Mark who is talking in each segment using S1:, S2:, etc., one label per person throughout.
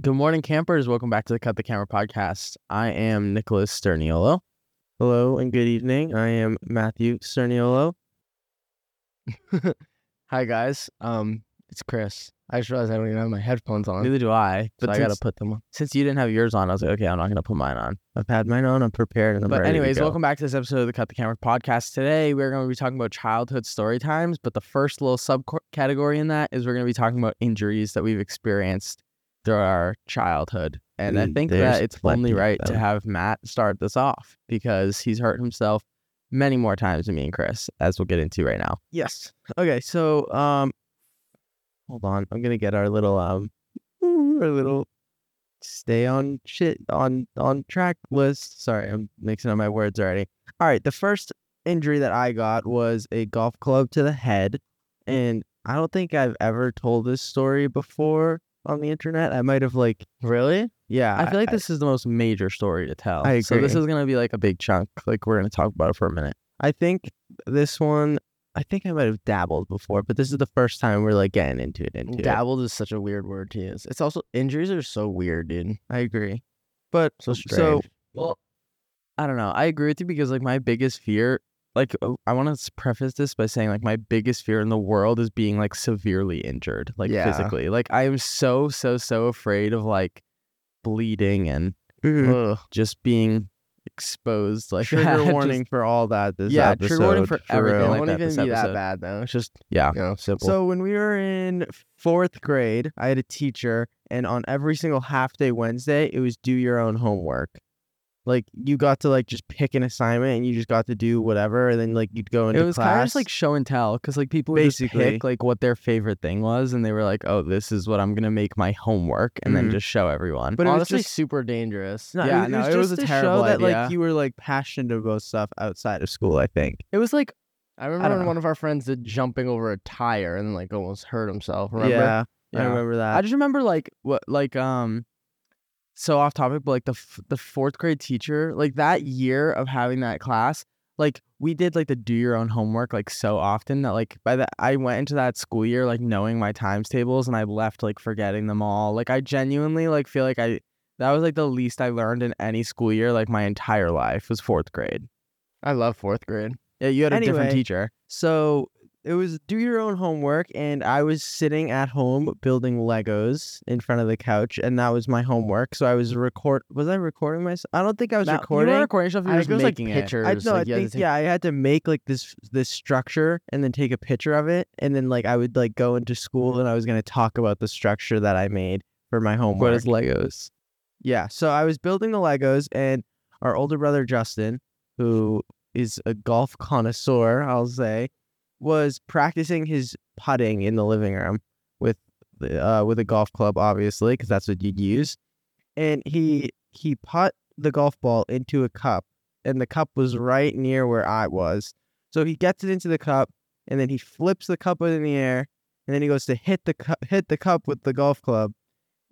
S1: Good morning, campers. Welcome back to the Cut the Camera podcast. I am Nicholas Sterniolo. Hello and good evening. I am Matthew Sterniolo. Hi, guys.
S2: Um, it's Chris. I just realized I don't even have my headphones on.
S1: Neither do I,
S2: but
S1: but I got
S2: since-
S1: to put them on. Since you didn't have yours on, I was like, okay, I'm not going to put mine on.
S2: I've had mine on. I'm prepared. And I'm
S1: But
S2: ready to
S1: anyways,
S2: go.
S1: welcome back to this episode of the Cut the Camera podcast. Today we're going to be talking about childhood story times, but the first little subcategory in that is we're going to be talking about injuries that we've experienced through our childhood. And I
S2: Ooh,
S1: think
S2: there's
S1: that it's only
S2: plenty of
S1: right to
S2: them.
S1: have Matt start this off because he's hurt himself many more times than me and Chris, as we'll get into right now.
S2: Yes. Okay. So, um, hold on. I'm gonna get our little um, our little stay on shit on on track list. Sorry, I'm mixing up my words already. All right. The first injury that I got was a golf club to the head,
S1: Mm.
S2: and I don't think I've ever told this story before on the internet. I might have like,
S1: Really?
S2: yeah.
S1: I feel like this is the most major story to tell.
S2: I
S1: So this
S2: agree.
S1: is going to be like a big chunk. Like we're going to talk about it for a minute.
S2: I think this one. I think I might have dabbled before, but this is the first time we're like getting into it. Into it.
S1: Dabbled is such a weird word to use. It's also injuries are so weird, dude.
S2: I agree. But
S1: So
S2: So
S1: strange. Well, I don't know. I agree with you because like my biggest fear, like oh, I want to preface this by saying like my biggest fear in the world is being like severely injured, like
S2: Yeah.
S1: physically. Like I am so so so afraid of like bleeding and ugh, just being exposed like
S2: Mm-hmm. trigger
S1: that, just-
S2: warning for all that. This
S1: yeah, trigger warning
S2: episode,
S1: for everything
S2: true.
S1: like that this episode.
S2: bad though. It's just
S1: Yeah.
S2: you know, simple. So when we were in fourth grade, I had a teacher, and on every single half day Wednesday, it was do your own homework. Like you got to like just pick an assignment, and you just got to do whatever, and then like you'd go into
S1: It was
S2: class.
S1: kind of just like show and tell because like people would just
S2: Basically.
S1: pick like what their favorite thing was and they were like, oh, this is what I'm gonna make my homework and then
S2: Mhm.
S1: just show everyone.
S2: But it was Honestly, just-
S1: super dangerous.
S2: No,
S1: yeah,
S2: it,
S1: no,
S2: was, just
S1: a
S2: to
S1: terrible
S2: show that
S1: idea.
S2: like you were like passionate about stuff outside of school. I think.
S1: It was like
S3: I
S2: I
S3: remember
S2: don't
S3: when
S2: know.
S3: one of our friends did jumping over a tire and like almost hurt himself. Remember?
S2: Yeah, I
S3: Yeah.
S2: remember that.
S1: I just remember like what like um so off topic, but like the f- the fourth grade teacher, like that year of having that class, like we did like the do your own homework like so often that like by the I went into that school year like knowing my times tables and I left like forgetting them all. Like I genuinely like feel like I that was like the least I learned in any school year like my entire life was fourth grade.
S3: I love fourth grade.
S1: Yeah, you had a different
S2: Anyway,
S1: teacher.
S2: So it was do your own homework, and I was sitting at home building Legos in front of the couch, and that was my homework. So I was record. Was I recording myself? I don't think I was
S1: Now- you were
S2: recording.
S1: recording stuff. You
S3: I
S1: were
S3: think
S1: just
S3: it was like
S1: making it.
S3: pictures.
S2: I, no,
S3: like,
S2: I
S3: you had to
S2: think
S3: take-
S2: yeah, I had to make like this this structure and then take a picture of it, and then like I would like go into school and I was gonna talk about the structure that I made for my homework.
S1: What is Legos?
S2: Yeah. So I was building the Legos, and our older brother Justin, who is a golf connoisseur, I'll say, was practicing his putting in the living room with the- uh, with a golf club, obviously, because that's what you'd use. And he he put the golf ball into a cup, and the cup was
S1: Mm-hmm.
S2: right near where I was. So he gets it into the cup, and then he flips the cup in the air, and then he goes to hit the cup, hit the cup with the golf club,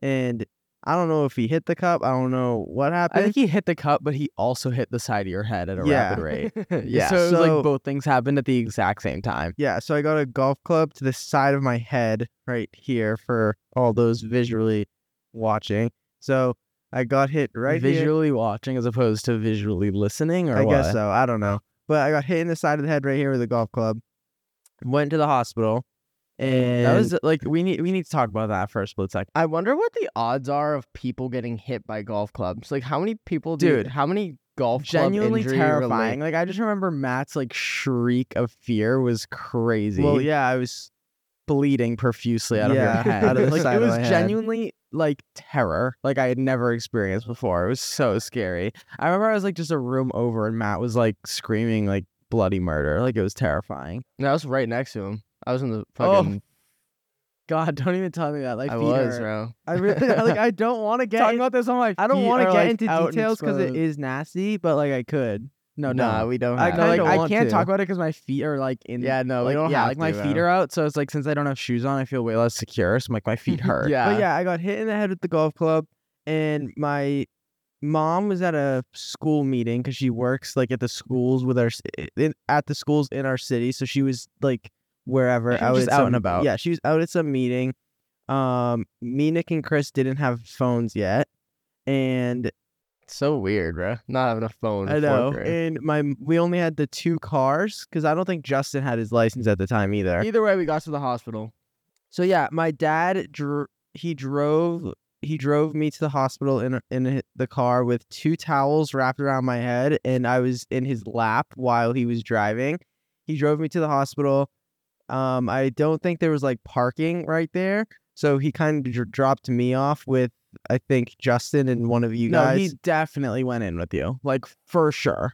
S2: and I don't know if he hit the cup. I don't know what happened.
S1: I think he hit the cup, but he also hit the side of your head at a
S2: Yeah.
S1: rapid rate.
S2: Yeah,
S1: So it was
S2: so-
S1: like both things happened at the exact same time.
S2: Yeah, so I got a golf club to the side of my head right here for all those visually watching. So I got hit right here.
S1: visually watching as opposed to visually listening, or
S2: I
S1: what?
S2: guess so. I don't know. But I got hit in the side of the head right here with a golf club. Went to the hospital. And
S1: That was like we need we need to talk about that for a split second.
S3: I wonder what the odds are of people getting hit by golf clubs. Like, how many people, do-
S1: Dude,
S3: How many golf
S1: Genuinely
S3: club injury
S1: terrifying.
S3: relate-
S1: Like I just remember Matt's like shriek of fear was crazy.
S2: well, yeah, I was
S1: bleeding profusely out
S2: Yeah,
S1: of your head.
S2: out of the
S1: like
S2: side of
S1: it was
S2: my head.
S1: genuinely like terror, like I had never experienced before. It was so scary. I remember I was like just a room over, and Matt was like screaming like bloody murder, like it was terrifying.
S3: No, I was right next to him. I was in the
S1: Oh.
S3: fucking
S1: God, don't even tell me that. Like
S4: I
S1: feet
S4: was,
S1: hurt.
S4: bro.
S1: I really like. I don't want to get
S2: Talking
S1: in-
S2: about
S1: this. I'm like,
S2: I don't
S1: feet
S2: want to
S1: are,
S2: get
S1: like,
S2: into
S1: out and
S2: details because it
S1: exposed.
S2: is nasty, but like I could.
S1: No, no.
S4: Nah, we don't.
S1: I,
S4: have
S1: no,
S4: it.
S1: like,
S2: kinda
S1: I
S2: want
S1: can't
S2: to.
S1: talk about it because my feet are like in.
S4: Yeah, no, we
S1: like,
S4: don't
S1: yeah,
S4: have
S1: like my
S4: to,
S1: feet
S4: bro.
S1: are out, so it's like since I don't have shoes on, I feel way less secure. So I'm like, my feet hurt.
S4: Yeah.
S2: But yeah, I got hit in the head with the golf club, and my mom was at a school meeting because she works like at the schools with our s- in, at the schools in our city. So she was like wherever
S1: She
S2: I
S1: was
S2: was
S1: just
S2: at
S1: out and
S2: some-
S1: about.
S2: Yeah, she was out at some meeting. Um, me, Nick, and Chris didn't have phones yet, and
S4: so weird, bro. Not having a phone.
S2: I
S4: in
S2: know,
S4: fourth grade.
S2: and my we only had the two cars because I don't think Justin had his license at the time either.
S4: Either way, we got to the hospital.
S2: So yeah, my dad dr- he drove he drove me to the hospital in in hi- the car with two towels wrapped around my head and I was in his lap while he was driving. He drove me to the hospital. Um I don't think there was like parking right there, so he kind of dr- dropped me off with I think Justin and one of you
S1: no,
S2: guys.
S1: he definitely went in with you, like for sure.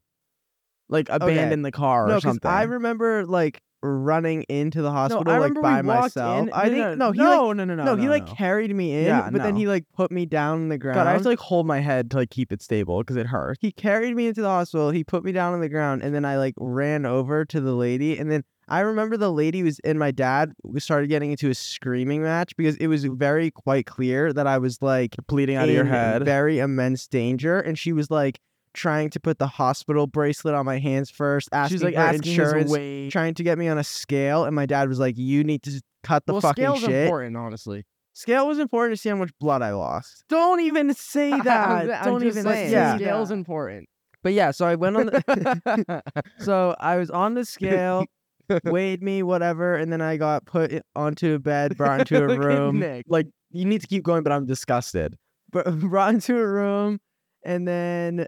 S1: Like abandoned the car
S2: no,
S1: or
S2: 'cause
S1: something.
S2: I remember like running into the hospital
S1: I
S2: like
S1: remember
S2: by
S1: we walked
S2: myself.
S1: in-
S2: I
S1: no,
S2: think
S1: no,
S2: he like
S1: no, no, no, no,
S2: no, he
S1: no,
S2: like
S1: no.
S2: carried me in,
S1: Yeah,
S2: but then
S1: no.
S2: he like put me down on the ground.
S1: God, I have to like hold my head to like keep it stable because it hurt.
S2: he carried me into the hospital. He put me down on the ground, and then I like ran over to the lady, and then I remember the lady was and my dad we started getting into a screaming match because it was very quite clear that I was like
S1: Bleeding out of your
S2: in
S1: head.
S2: very immense danger, and she was like trying to put the hospital bracelet on my hands first. Asking
S1: She's like
S2: for
S1: asking his
S2: insurance
S1: weight.
S2: trying to get me on a scale, and my dad was like, "You need to cut the
S4: well,
S2: fucking
S4: scale's
S2: shit."
S4: important, honestly.
S2: Scale was important to see how much blood I lost.
S1: Don't even say
S4: I'm
S1: that.
S4: ju- I'm
S1: Don't
S4: just
S1: even
S4: saying,
S1: say
S2: Yeah.
S1: that.
S4: Scale's important.
S2: But yeah, so I went on. The, so I was on the scale, weighed me, whatever, and then I got put i- onto a bed, brought into
S1: Look
S2: a
S1: at
S2: room.
S1: Nick.
S2: like you need to keep going, but I'm disgusted. Br- brought into a room, and then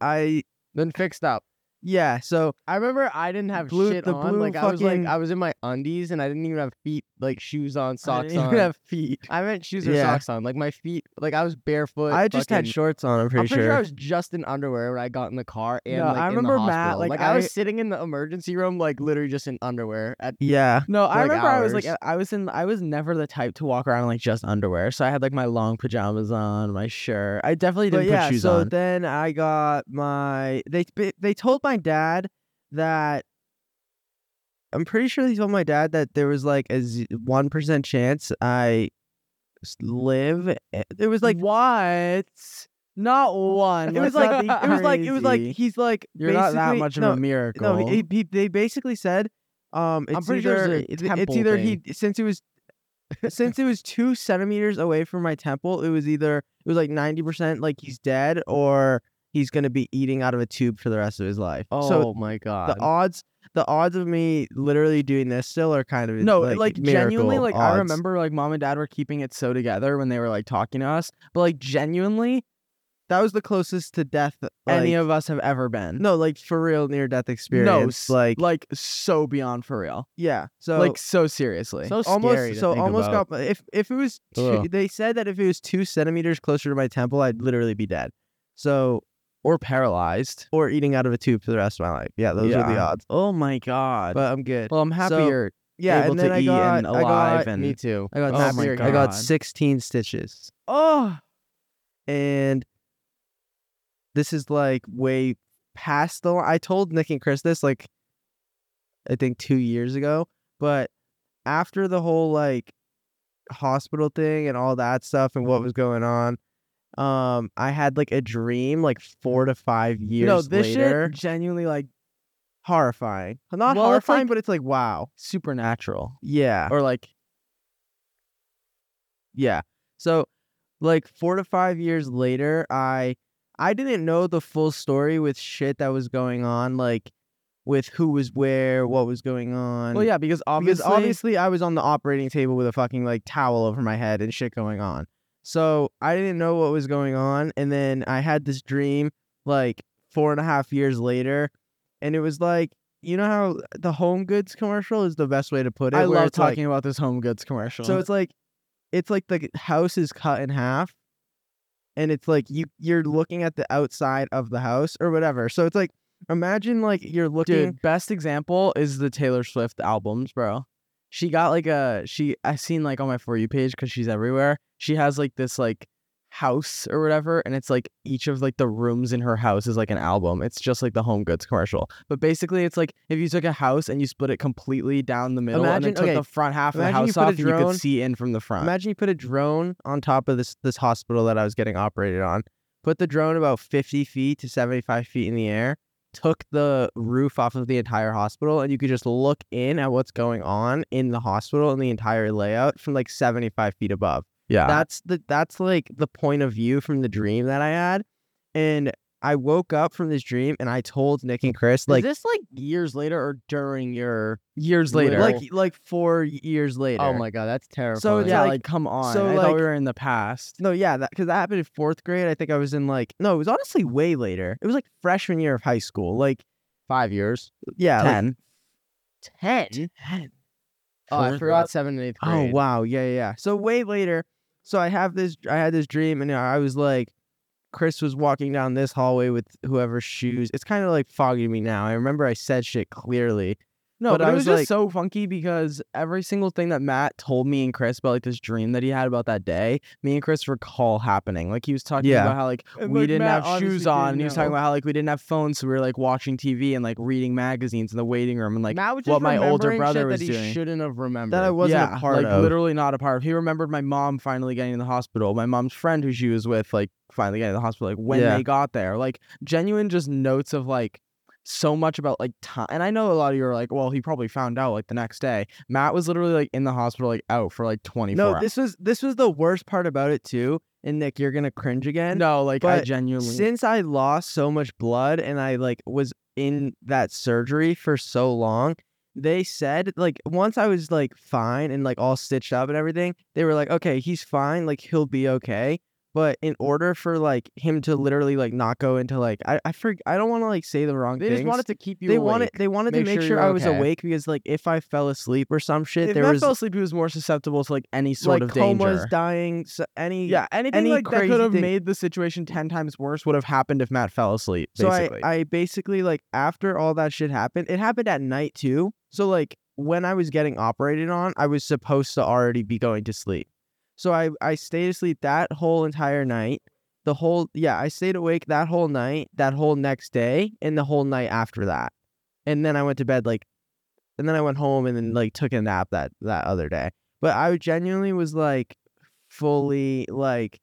S2: I
S4: Then fixed up.
S2: yeah. So
S4: I remember I didn't have
S2: Blue-
S4: shit
S2: the
S4: on.
S2: blue
S4: like I was like
S2: fucking-
S4: I was in my undies and I didn't even have feet like shoes on,
S2: I
S4: socks
S2: didn't
S4: on.
S2: even have feet.
S4: I meant shoes or
S2: Yeah.
S4: socks on. Like my feet, like I was barefoot.
S2: I just had
S4: fucking-
S2: shorts on. I'm pretty,
S4: I'm pretty sure. I was just in underwear when I got in the car and
S1: No,
S4: like,
S1: I
S4: in the
S1: remember Matt,
S4: hospital.
S1: like,
S4: I,
S1: I-
S4: was sitting in the emergency room, like literally just in underwear. At
S2: yeah.
S1: No, I
S4: like,
S1: remember I was like
S4: hours.
S1: I was in I was never the type to walk around in, like just underwear. So I had like my long pajamas on, my shirt. I definitely
S2: But
S1: didn't
S2: yeah,
S1: put shoes
S2: so
S1: on.
S2: then I got my they they- they told my dad that I'm pretty sure they told my dad that there was like a one percent chance I s- live. There was like
S1: what? Not one.
S2: it was
S1: Let's
S2: like
S1: not
S2: it
S1: be
S2: was like it was like
S1: crazy.
S2: he's like
S1: you're not that
S2: basically-
S1: much of
S2: no,
S1: a miracle.
S2: no, he, he, they basically said, um, it's
S4: pretty sure it's
S2: either
S4: a
S2: it- it's
S4: temple
S2: either he since it was since it was two centimeters away from my temple, it was either it was like ninety percent like he's dead or he's gonna be eating out of a tube for the rest of his life.
S4: oh
S2: so
S4: my god.
S2: the odds the odds of me literally doing this still are kind of
S1: no,
S2: like,
S1: like, genuinely,
S2: miracle
S1: like I
S2: odds.
S1: remember like mom and dad were keeping it so together when they were like talking to us. But like genuinely,
S2: that was the closest to death
S1: any
S2: like-
S1: of us have ever been.
S2: no like for real near death experience
S1: s-
S2: like
S1: like so beyond for real.
S2: yeah so
S1: like so seriously.
S4: so
S2: almost
S4: scary to
S2: so
S4: think
S2: almost
S4: about.
S2: got if if it was two,
S4: Ugh.
S2: they said that if it was two centimeters closer to my temple i'd literally be dead so
S1: or paralyzed.
S2: or eating out of a tube for the rest of my life yeah those are the
S1: Yeah.
S2: odds
S1: Oh my god.
S2: but i'm good
S1: well, I'm happy
S2: so-
S1: you're
S2: yeah
S1: able
S2: and then
S1: to
S2: i
S1: eat
S2: got
S1: and
S2: I
S1: alive
S2: got,
S1: and
S4: me too.
S2: I got
S1: Oh
S2: six-
S1: my
S2: i got
S1: God.
S2: 16 stitches
S1: oh
S2: and this is like way past the line. I told Nick and Chris this like I think two years ago, but after the whole like hospital thing and all that stuff and what
S1: Mm-hmm.
S2: was going on, um, I had like a dream like four to five years
S1: no, this
S2: later.
S1: shit genuinely like
S2: horrifying. Not
S1: Well, it's,
S2: horrifying,
S1: like-
S2: but it's like wow.
S1: supernatural
S2: Yeah.
S1: or like
S2: Yeah. So like 4 to 5 years later, I I didn't know the full story with shit that was going on like with who was where, what was going on.
S1: well yeah because
S2: because
S1: obviously
S2: obviously I was on the operating table with a fucking like towel over my head and shit going on. So I didn't know what was going on, and then I had this dream like four and a half years later, and it was like you know how the Home Goods commercial is the best way to put it.
S1: I
S2: where
S1: love
S2: it's, like,
S1: talking about this home goods commercial.
S2: so it's like it's like the house is cut in half and it's like you you're looking at the outside of the house or whatever. So it's like imagine like you're looking
S1: dude, best example is the Taylor Swift albums, bro. she got like a she I seen like on my for you page because she's everywhere. She has like this like house or whatever, and it's like each of like the rooms in her house is like an album. It's just like the Home Goods commercial, but basically it's like if you took a house and you split it completely down the middle
S2: Imagine-
S1: and then took
S2: okay,
S1: the front half of the
S2: imagine you
S1: house
S2: put a
S1: off, and you
S2: drone-
S1: could see in from the front.
S2: Imagine you put a drone on top of this this hospital that I was getting operated on. Put the drone about fifty feet to seventy five feet in the air. Took the roof off of the entire hospital, and you could just look in at what's going on in the hospital and the entire layout from like seventy five feet above.
S1: yeah,
S2: That's the that's like the point of view from the dream that I had, and I woke up from this dream and I told Nick and Chris like
S5: Is this like years later or during your?
S1: years later.
S2: like like four years later.
S5: Oh my god, that's terrifying.
S1: so
S2: it's
S1: yeah,
S2: like-
S1: like, come on.
S2: so,
S1: I thought
S2: like-
S1: we were in the past.
S2: No, yeah, that because that happened in fourth grade. I think I was in like no, it was honestly way later. It was like freshman year of high school. Like
S5: five years.
S2: yeah, like-
S1: Ten.
S5: Ten. Oh,
S1: Fourth-
S5: I forgot seventh and eighth
S2: oh
S5: grade.
S2: wow, yeah, yeah, yeah. So way later. So I have this. I had this dream, and I was like, Chris was walking down this hallway with whoever's shoes. It's kind of like foggy to me now. I remember I said shit clearly.
S1: No,
S2: But
S1: but,
S2: I
S1: it was,
S2: was
S1: just
S2: like-
S1: so funky because every single thing that Matt told me and Chris about like this dream that he had about that day, me and Chris recall happening. Like he was talking
S2: Yeah.
S1: about how like
S2: And,
S1: we
S2: like,
S1: didn't
S2: Matt
S1: have shoes
S2: obviously
S1: on,
S2: didn't
S1: and he was talking
S2: know.
S1: about how like we didn't have phones, so we were like watching TV and like reading magazines in the waiting room, and like
S5: Matt was just
S1: what my older
S5: remembering
S1: brother
S5: shit
S1: was
S5: that
S1: doing.
S5: He shouldn't have remembered.
S2: That I wasn't
S1: yeah,
S2: a part
S1: like
S2: of.
S1: literally not a part of. He remembered my mom finally getting in the hospital, my mom's friend who she was with, like finally getting in the hospital, like when
S2: Yeah.
S1: they got there, like genuine just notes of like so much about like time. And I know a lot of you are like, well, he probably found out like the next day. Matt was literally like in the hospital, like out for like twenty four.
S2: No, this was this was the worst part about it too. And Nick, you're gonna cringe again.
S1: no, like I
S2: but
S1: genuinely
S2: since I lost so much blood and I like was in that surgery for so long, they said like once I was like fine and like all stitched up and everything, they were like, okay, he's fine, like he'll be okay. But in order for like him to literally like not go into like I I for, I don't want to like say the wrong
S5: They
S2: things.
S5: just wanted to keep you.
S2: they
S5: awake.
S2: wanted they wanted to
S5: Make
S2: make
S5: sure
S2: sure,
S5: you're
S2: I was
S5: okay.
S2: awake because like if I fell asleep or some shit,
S1: if
S2: there
S1: Matt
S2: was
S1: fell asleep, he was more susceptible to like any sort
S2: like
S1: of
S2: comas,
S1: danger.
S2: dying, so any
S1: yeah, anything
S2: any
S1: like that
S2: crazy
S1: could have
S2: thing-
S1: made the situation ten times worse would have happened if Matt fell asleep.
S2: So I,
S1: basically.
S2: I basically like after all that shit happened, it happened at night
S1: Oh
S2: too. So like when I was getting operated on, I was supposed to already be going to sleep. So I I stayed asleep that whole entire night. The whole yeah, I stayed awake that whole night, that whole next day, and the whole night after that. And then I went to bed like and then I went home and then like took a nap that that other day. But I genuinely was like fully like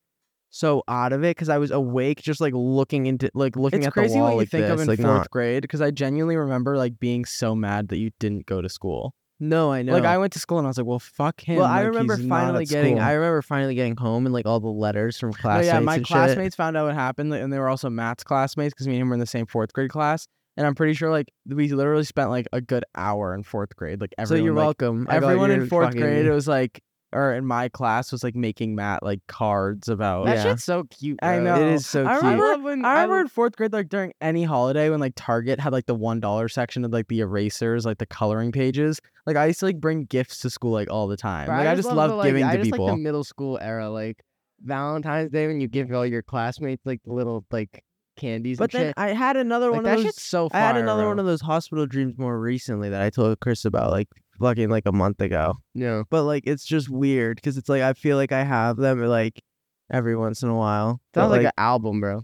S2: so out of it because I was awake, just like looking into like looking
S1: it's
S2: at
S1: crazy
S2: the wall
S1: what you
S2: like
S1: think
S2: this,
S1: of in
S2: like
S1: fourth
S2: not.
S1: grade because I genuinely remember like being so mad that you didn't go to school.
S2: No, I know.
S1: Like I went to school and I was like, well, fuck him.
S2: well, I
S1: like,
S2: remember
S1: he's not
S2: finally
S1: at
S2: getting.
S1: school.
S2: I remember finally getting home and like all the letters from
S1: No,
S2: classmates.
S1: yeah, my
S2: and shit.
S1: classmates found out what happened, like, and they were also Matt's classmates because me and him were in the same fourth grade class. And I'm pretty sure like we literally spent like a good hour in fourth grade. Like
S2: So
S1: everyone,
S2: you're
S1: like,
S2: welcome. I got
S1: everyone
S2: your
S1: in fourth
S2: fucking-
S1: grade, it was like, or in my class was like making Matt like cards about.
S5: That
S2: Yeah.
S5: shit's so cute.
S1: I
S5: bro.
S1: know.
S2: It is so
S1: I
S2: cute.
S1: remember
S5: love when
S1: I remember in fourth grade, like during any holiday, when like Target had like the one dollar section of like the erasers, like the coloring pages. Like I used to like bring gifts to school like all the time.
S5: Bro,
S1: like I just
S5: the,
S1: love
S5: like,
S1: giving
S5: I
S1: to
S5: just
S1: people.
S5: Like the middle school era, like Valentine's Day, when you give all your classmates like the little like candies.
S2: But
S5: and
S2: then
S5: shit.
S2: I had another
S5: Like,
S2: one
S5: that
S2: of those.
S5: shit's so.
S2: I
S5: Fire,
S2: had another one
S5: bro.
S2: of those hospital dreams more recently that I told Chris about like fucking like a month ago.
S5: No.
S2: But like it's just weird because it's like I feel like I have them like every once in a while.
S5: That
S2: But,
S5: was like, an album, bro.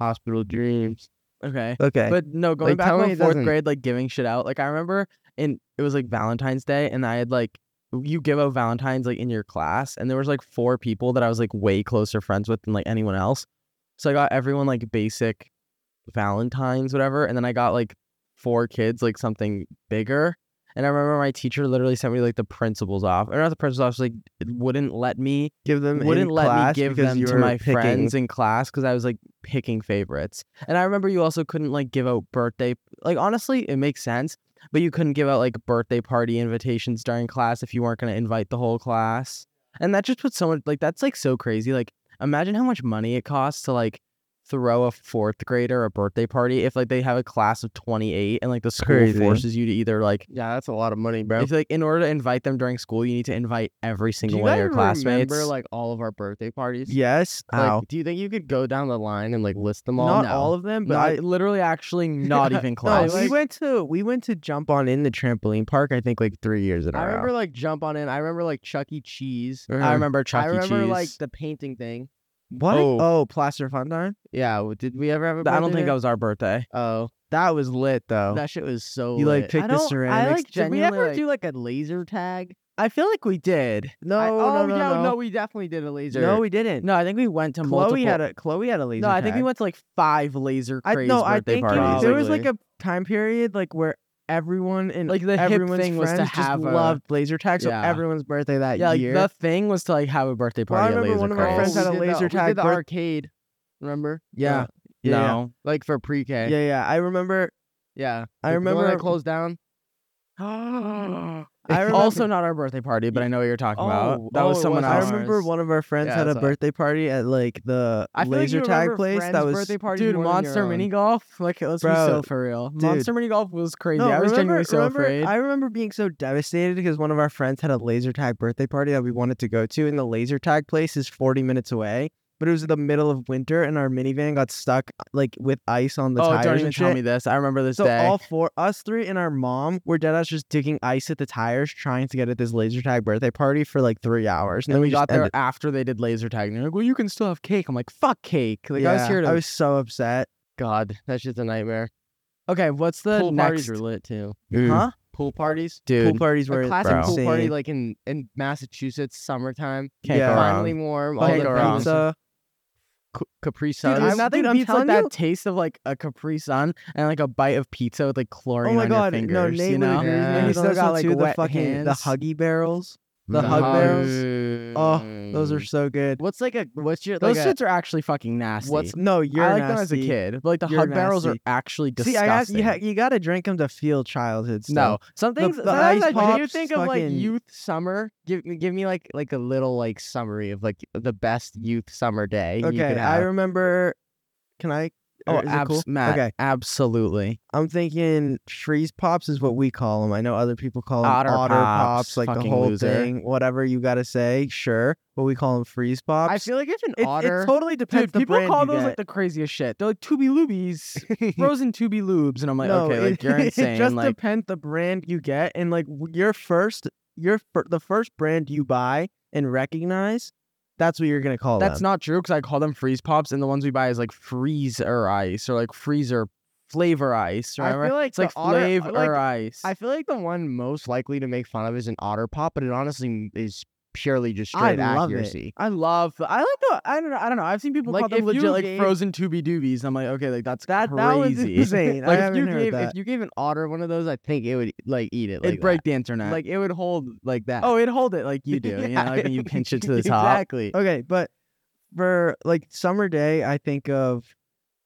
S5: Hospital Dreams.
S1: okay.
S2: okay.
S1: But no, going
S5: Like,
S1: back
S5: tell me
S1: to
S5: it
S1: fourth
S5: doesn't-
S1: grade, like giving shit out. Like I remember in it was like Valentine's Day, and I had like you give out Valentines like in your class, and there was like four people that I was like way closer friends with than like anyone else. So I got everyone like basic Valentines, whatever, and then I got like four kids like something bigger. And I remember my teacher literally sent me like the principals off, or not the principals off, she, like wouldn't let me
S2: give them in
S1: wouldn't let me
S2: class
S1: give
S2: because
S1: them
S2: you
S1: to
S2: were
S1: my
S2: picking.
S1: friends in class because I was like picking favorites. And I remember you also couldn't like give out birthday. Like honestly, it makes sense, but you couldn't give out like birthday party invitations during class if you weren't gonna invite the whole class. And that just puts so much like that's like so crazy. Like imagine how much money it costs to like
S4: throw a fourth grader a birthday party if like they have a class of 28 and like the school
S2: Crazy.
S4: forces you to either like
S1: Yeah, that's a lot of money, bro.
S4: it's like in order to invite them during school you need to invite every
S1: Do
S4: single
S1: you
S4: one of
S1: guys
S4: your classmates
S1: remember like all of our birthday parties?
S2: Yes.
S1: Like,
S2: Ow.
S1: do you think you could go down the line and like list them all?
S4: Not
S1: No.
S4: all of them, but
S1: No.
S4: I literally actually not even
S2: No,
S4: close.
S2: we went to we went to jump on in the trampoline park. I think like three years in a
S1: I
S2: row.
S1: remember like jump on in. I remember like Chuck E. Cheese.
S4: I remember Chuck
S1: I
S4: E. Cheese.
S1: remember like the painting thing.
S2: what?
S4: oh.
S2: Oh, plaster fondant.
S1: Yeah, w- did we ever have a?
S4: I don't
S1: birthday
S4: think
S1: there?
S4: that was our birthday. Oh.
S1: Oh,
S2: That was lit though.
S1: that shit was so.
S2: You, like,
S1: lit.
S2: picked
S1: I
S2: the
S1: don't- I
S2: ceramics.
S1: like. Did we
S2: genuinely,
S1: ever
S2: like-
S1: do like a laser tag?
S2: I feel like we did. No,
S1: I-
S2: no,
S1: oh
S2: no,
S1: yeah,
S2: no,
S1: we definitely did a laser.
S2: No, we didn't.
S4: No, I think we went to
S2: Chloe
S4: multiple.
S2: had a Chloe had a laser.
S4: no, I think we
S2: tag.
S4: went to like five laser
S2: I,
S4: craze
S2: no, I
S4: birthday
S2: think it-
S4: parties.
S2: there was like a time period like where everyone and
S4: Like, the hip
S2: everyone's
S4: thing was to
S2: friends just
S4: have a-
S2: loved laser tag. So
S4: Yeah.
S2: everyone's birthday that
S4: yeah, like,
S2: year.
S4: the thing was to like have a birthday
S2: Well, I
S4: party. at
S2: remember
S4: laser
S2: one of our
S4: craze.
S2: friends had a
S1: we did
S2: laser
S1: the, We
S2: tag
S1: did the
S2: birth-
S1: arcade. Remember?
S2: yeah,
S1: Uh,
S2: yeah, yeah.
S4: no.
S1: like for pre-K.
S2: yeah, yeah. I remember.
S1: yeah.
S2: I
S1: The- the one
S2: remember.
S1: that closed down.
S4: 嗯
S2: I remember.
S4: also not our birthday party, but I know what you're talking
S1: Oh,
S4: about. That
S1: oh,
S4: was
S1: it
S4: someone
S1: wasn't
S2: I
S4: else.
S1: ours.
S2: remember one of our friends
S1: Yeah,
S2: had a
S1: that's right.
S2: birthday party at like the
S1: I feel like
S2: laser
S1: you
S2: tag
S1: remember
S2: place
S1: friends'
S2: that was
S1: birthday parties
S4: Dude,
S1: more than your
S4: Monster
S1: own.
S4: Mini Golf. Like, let's be
S2: Bro,
S4: so for real.
S2: dude.
S4: Monster Mini Golf was crazy. I was genuinely so
S2: remember,
S4: afraid.
S2: I remember being so devastated because one of our friends had a laser tag birthday party that we wanted to go to, and the laser tag place is 40 minutes away. But it was the middle of winter, and our minivan got stuck like with ice on the
S4: oh,
S2: tires
S4: don't even
S2: and
S4: tell
S2: shit.
S4: me this. I remember this
S2: so
S4: day.
S2: all four, us three and our mom, were dead ass just digging ice at the tires, trying to get at this laser tag birthday party for like three hours, and,
S4: and
S2: then
S4: we
S2: just
S4: got there
S2: ended-
S4: after they did laser tag. And they're like, well, you can still have cake. I'm like, fuck cake. Like, I was
S2: Yeah,
S4: here to.
S2: I was so upset.
S1: God, that's just a nightmare.
S4: okay, what's the
S1: pool
S4: next?
S1: parties were lit too.
S4: Huh?
S1: Pool parties.
S2: Pool
S4: Dude.
S2: parties were
S1: A classic
S2: insane.
S1: pool party like in in Massachusetts summertime.
S4: Can't
S2: Yeah.
S4: go wrong.
S1: Finally warm. All
S4: Can't
S1: the
S4: go wrong.
S1: buildings-
S2: pizza.
S1: Ca- Capri
S4: Dude,
S1: Suns.
S2: I'm-
S4: there's nothing
S2: dude, I'm
S4: beats like
S2: telling
S4: that
S2: you-
S4: taste of like a Capri Sun and like a bite of pizza with like chlorine
S2: Oh my
S4: on
S2: god,
S4: your fingers.
S2: no, Nate
S4: you know,
S2: would agree with me.
S1: Yeah.
S2: on
S4: and you
S2: this
S4: still got
S2: one,
S4: like
S2: too, the
S4: wet
S2: fucking the
S4: hands. Mm-hmm.
S2: Huggy barrels. The
S4: No.
S2: hug barrels.
S4: Mm-hmm.
S1: Oh,
S2: Those
S4: Mm.
S2: are so good.
S1: What's like a what's your
S4: Those
S1: like
S4: shits are actually fucking nasty.
S1: What's-
S2: No, you're
S4: I like
S2: nasty.
S4: them as a kid, but like the
S2: You're
S4: hug barrels are
S2: nasty.
S4: actually
S2: See,
S4: disgusting.
S2: I got, you, ha- you got to drink them to feel childhood.
S4: no,
S2: Stuff.
S4: some
S2: The-
S4: things.
S2: the
S4: sometimes
S2: ice
S4: I-
S1: Can you
S2: pops,
S1: think of like
S2: fucking-
S1: youth summer? Give me give me like like a little like summary of like the best youth summer day. you
S2: Okay,
S1: could
S2: I
S1: have.
S2: remember. Can I?
S4: oh,
S2: or is it
S4: abs-
S2: cool?
S4: Matt,
S2: Okay,
S4: absolutely.
S2: I'm thinking freeze pops is what we call them. I know other people call them
S4: Otter
S2: pops,
S4: Pops,
S2: like the
S4: fucking
S2: whole
S4: loser.
S2: thing. Whatever you got to say, sure, but we call them freeze pops.
S1: I feel like if an
S2: it,
S1: otter
S2: it totally depends.
S4: Dude,
S2: the
S4: people
S2: brand
S4: call
S2: you
S4: those
S2: get.
S4: like the craziest shit. They're like Tooby Loobies, frozen Tooby Loobs, and I'm like,
S2: no,
S4: okay,
S2: it,
S4: like you're
S2: It
S4: insane.
S2: just
S4: like,
S2: depends the brand you get, and like w- your first, your fir- the first brand you buy and recognize, that's what you're gonna call
S4: That's
S2: them.
S4: not true because I call them freeze pops, and the ones we buy is like freezer ice or like freezer flavor ice.
S1: I
S4: Remember?
S1: feel like
S4: it's like
S1: the otter-
S4: flavor
S1: like,
S4: ice.
S1: I feel like the one most likely to make fun of is an otter pop, but it honestly is purely just straight
S2: I love it.
S1: accuracy.
S4: I love. I like the. I don't know. I don't know. I've seen people
S1: Like,
S4: call them
S1: if
S4: legit
S1: you
S4: like
S1: gave-
S4: frozen tooby doobies. and I'm like, okay, like that's
S2: that that one's
S4: crazy.
S2: insane. I
S4: Like, if
S2: haven't
S1: you
S2: heard
S1: gave
S2: that.
S1: if you gave an otter one of those, I think it would like eat it. Like
S4: it'd break the internet.
S1: That. Like it would hold like that.
S4: oh, it'd hold it like you do. You know, like, and you pinch it to the top.
S1: Exactly.
S2: okay, but for like summer day, I think of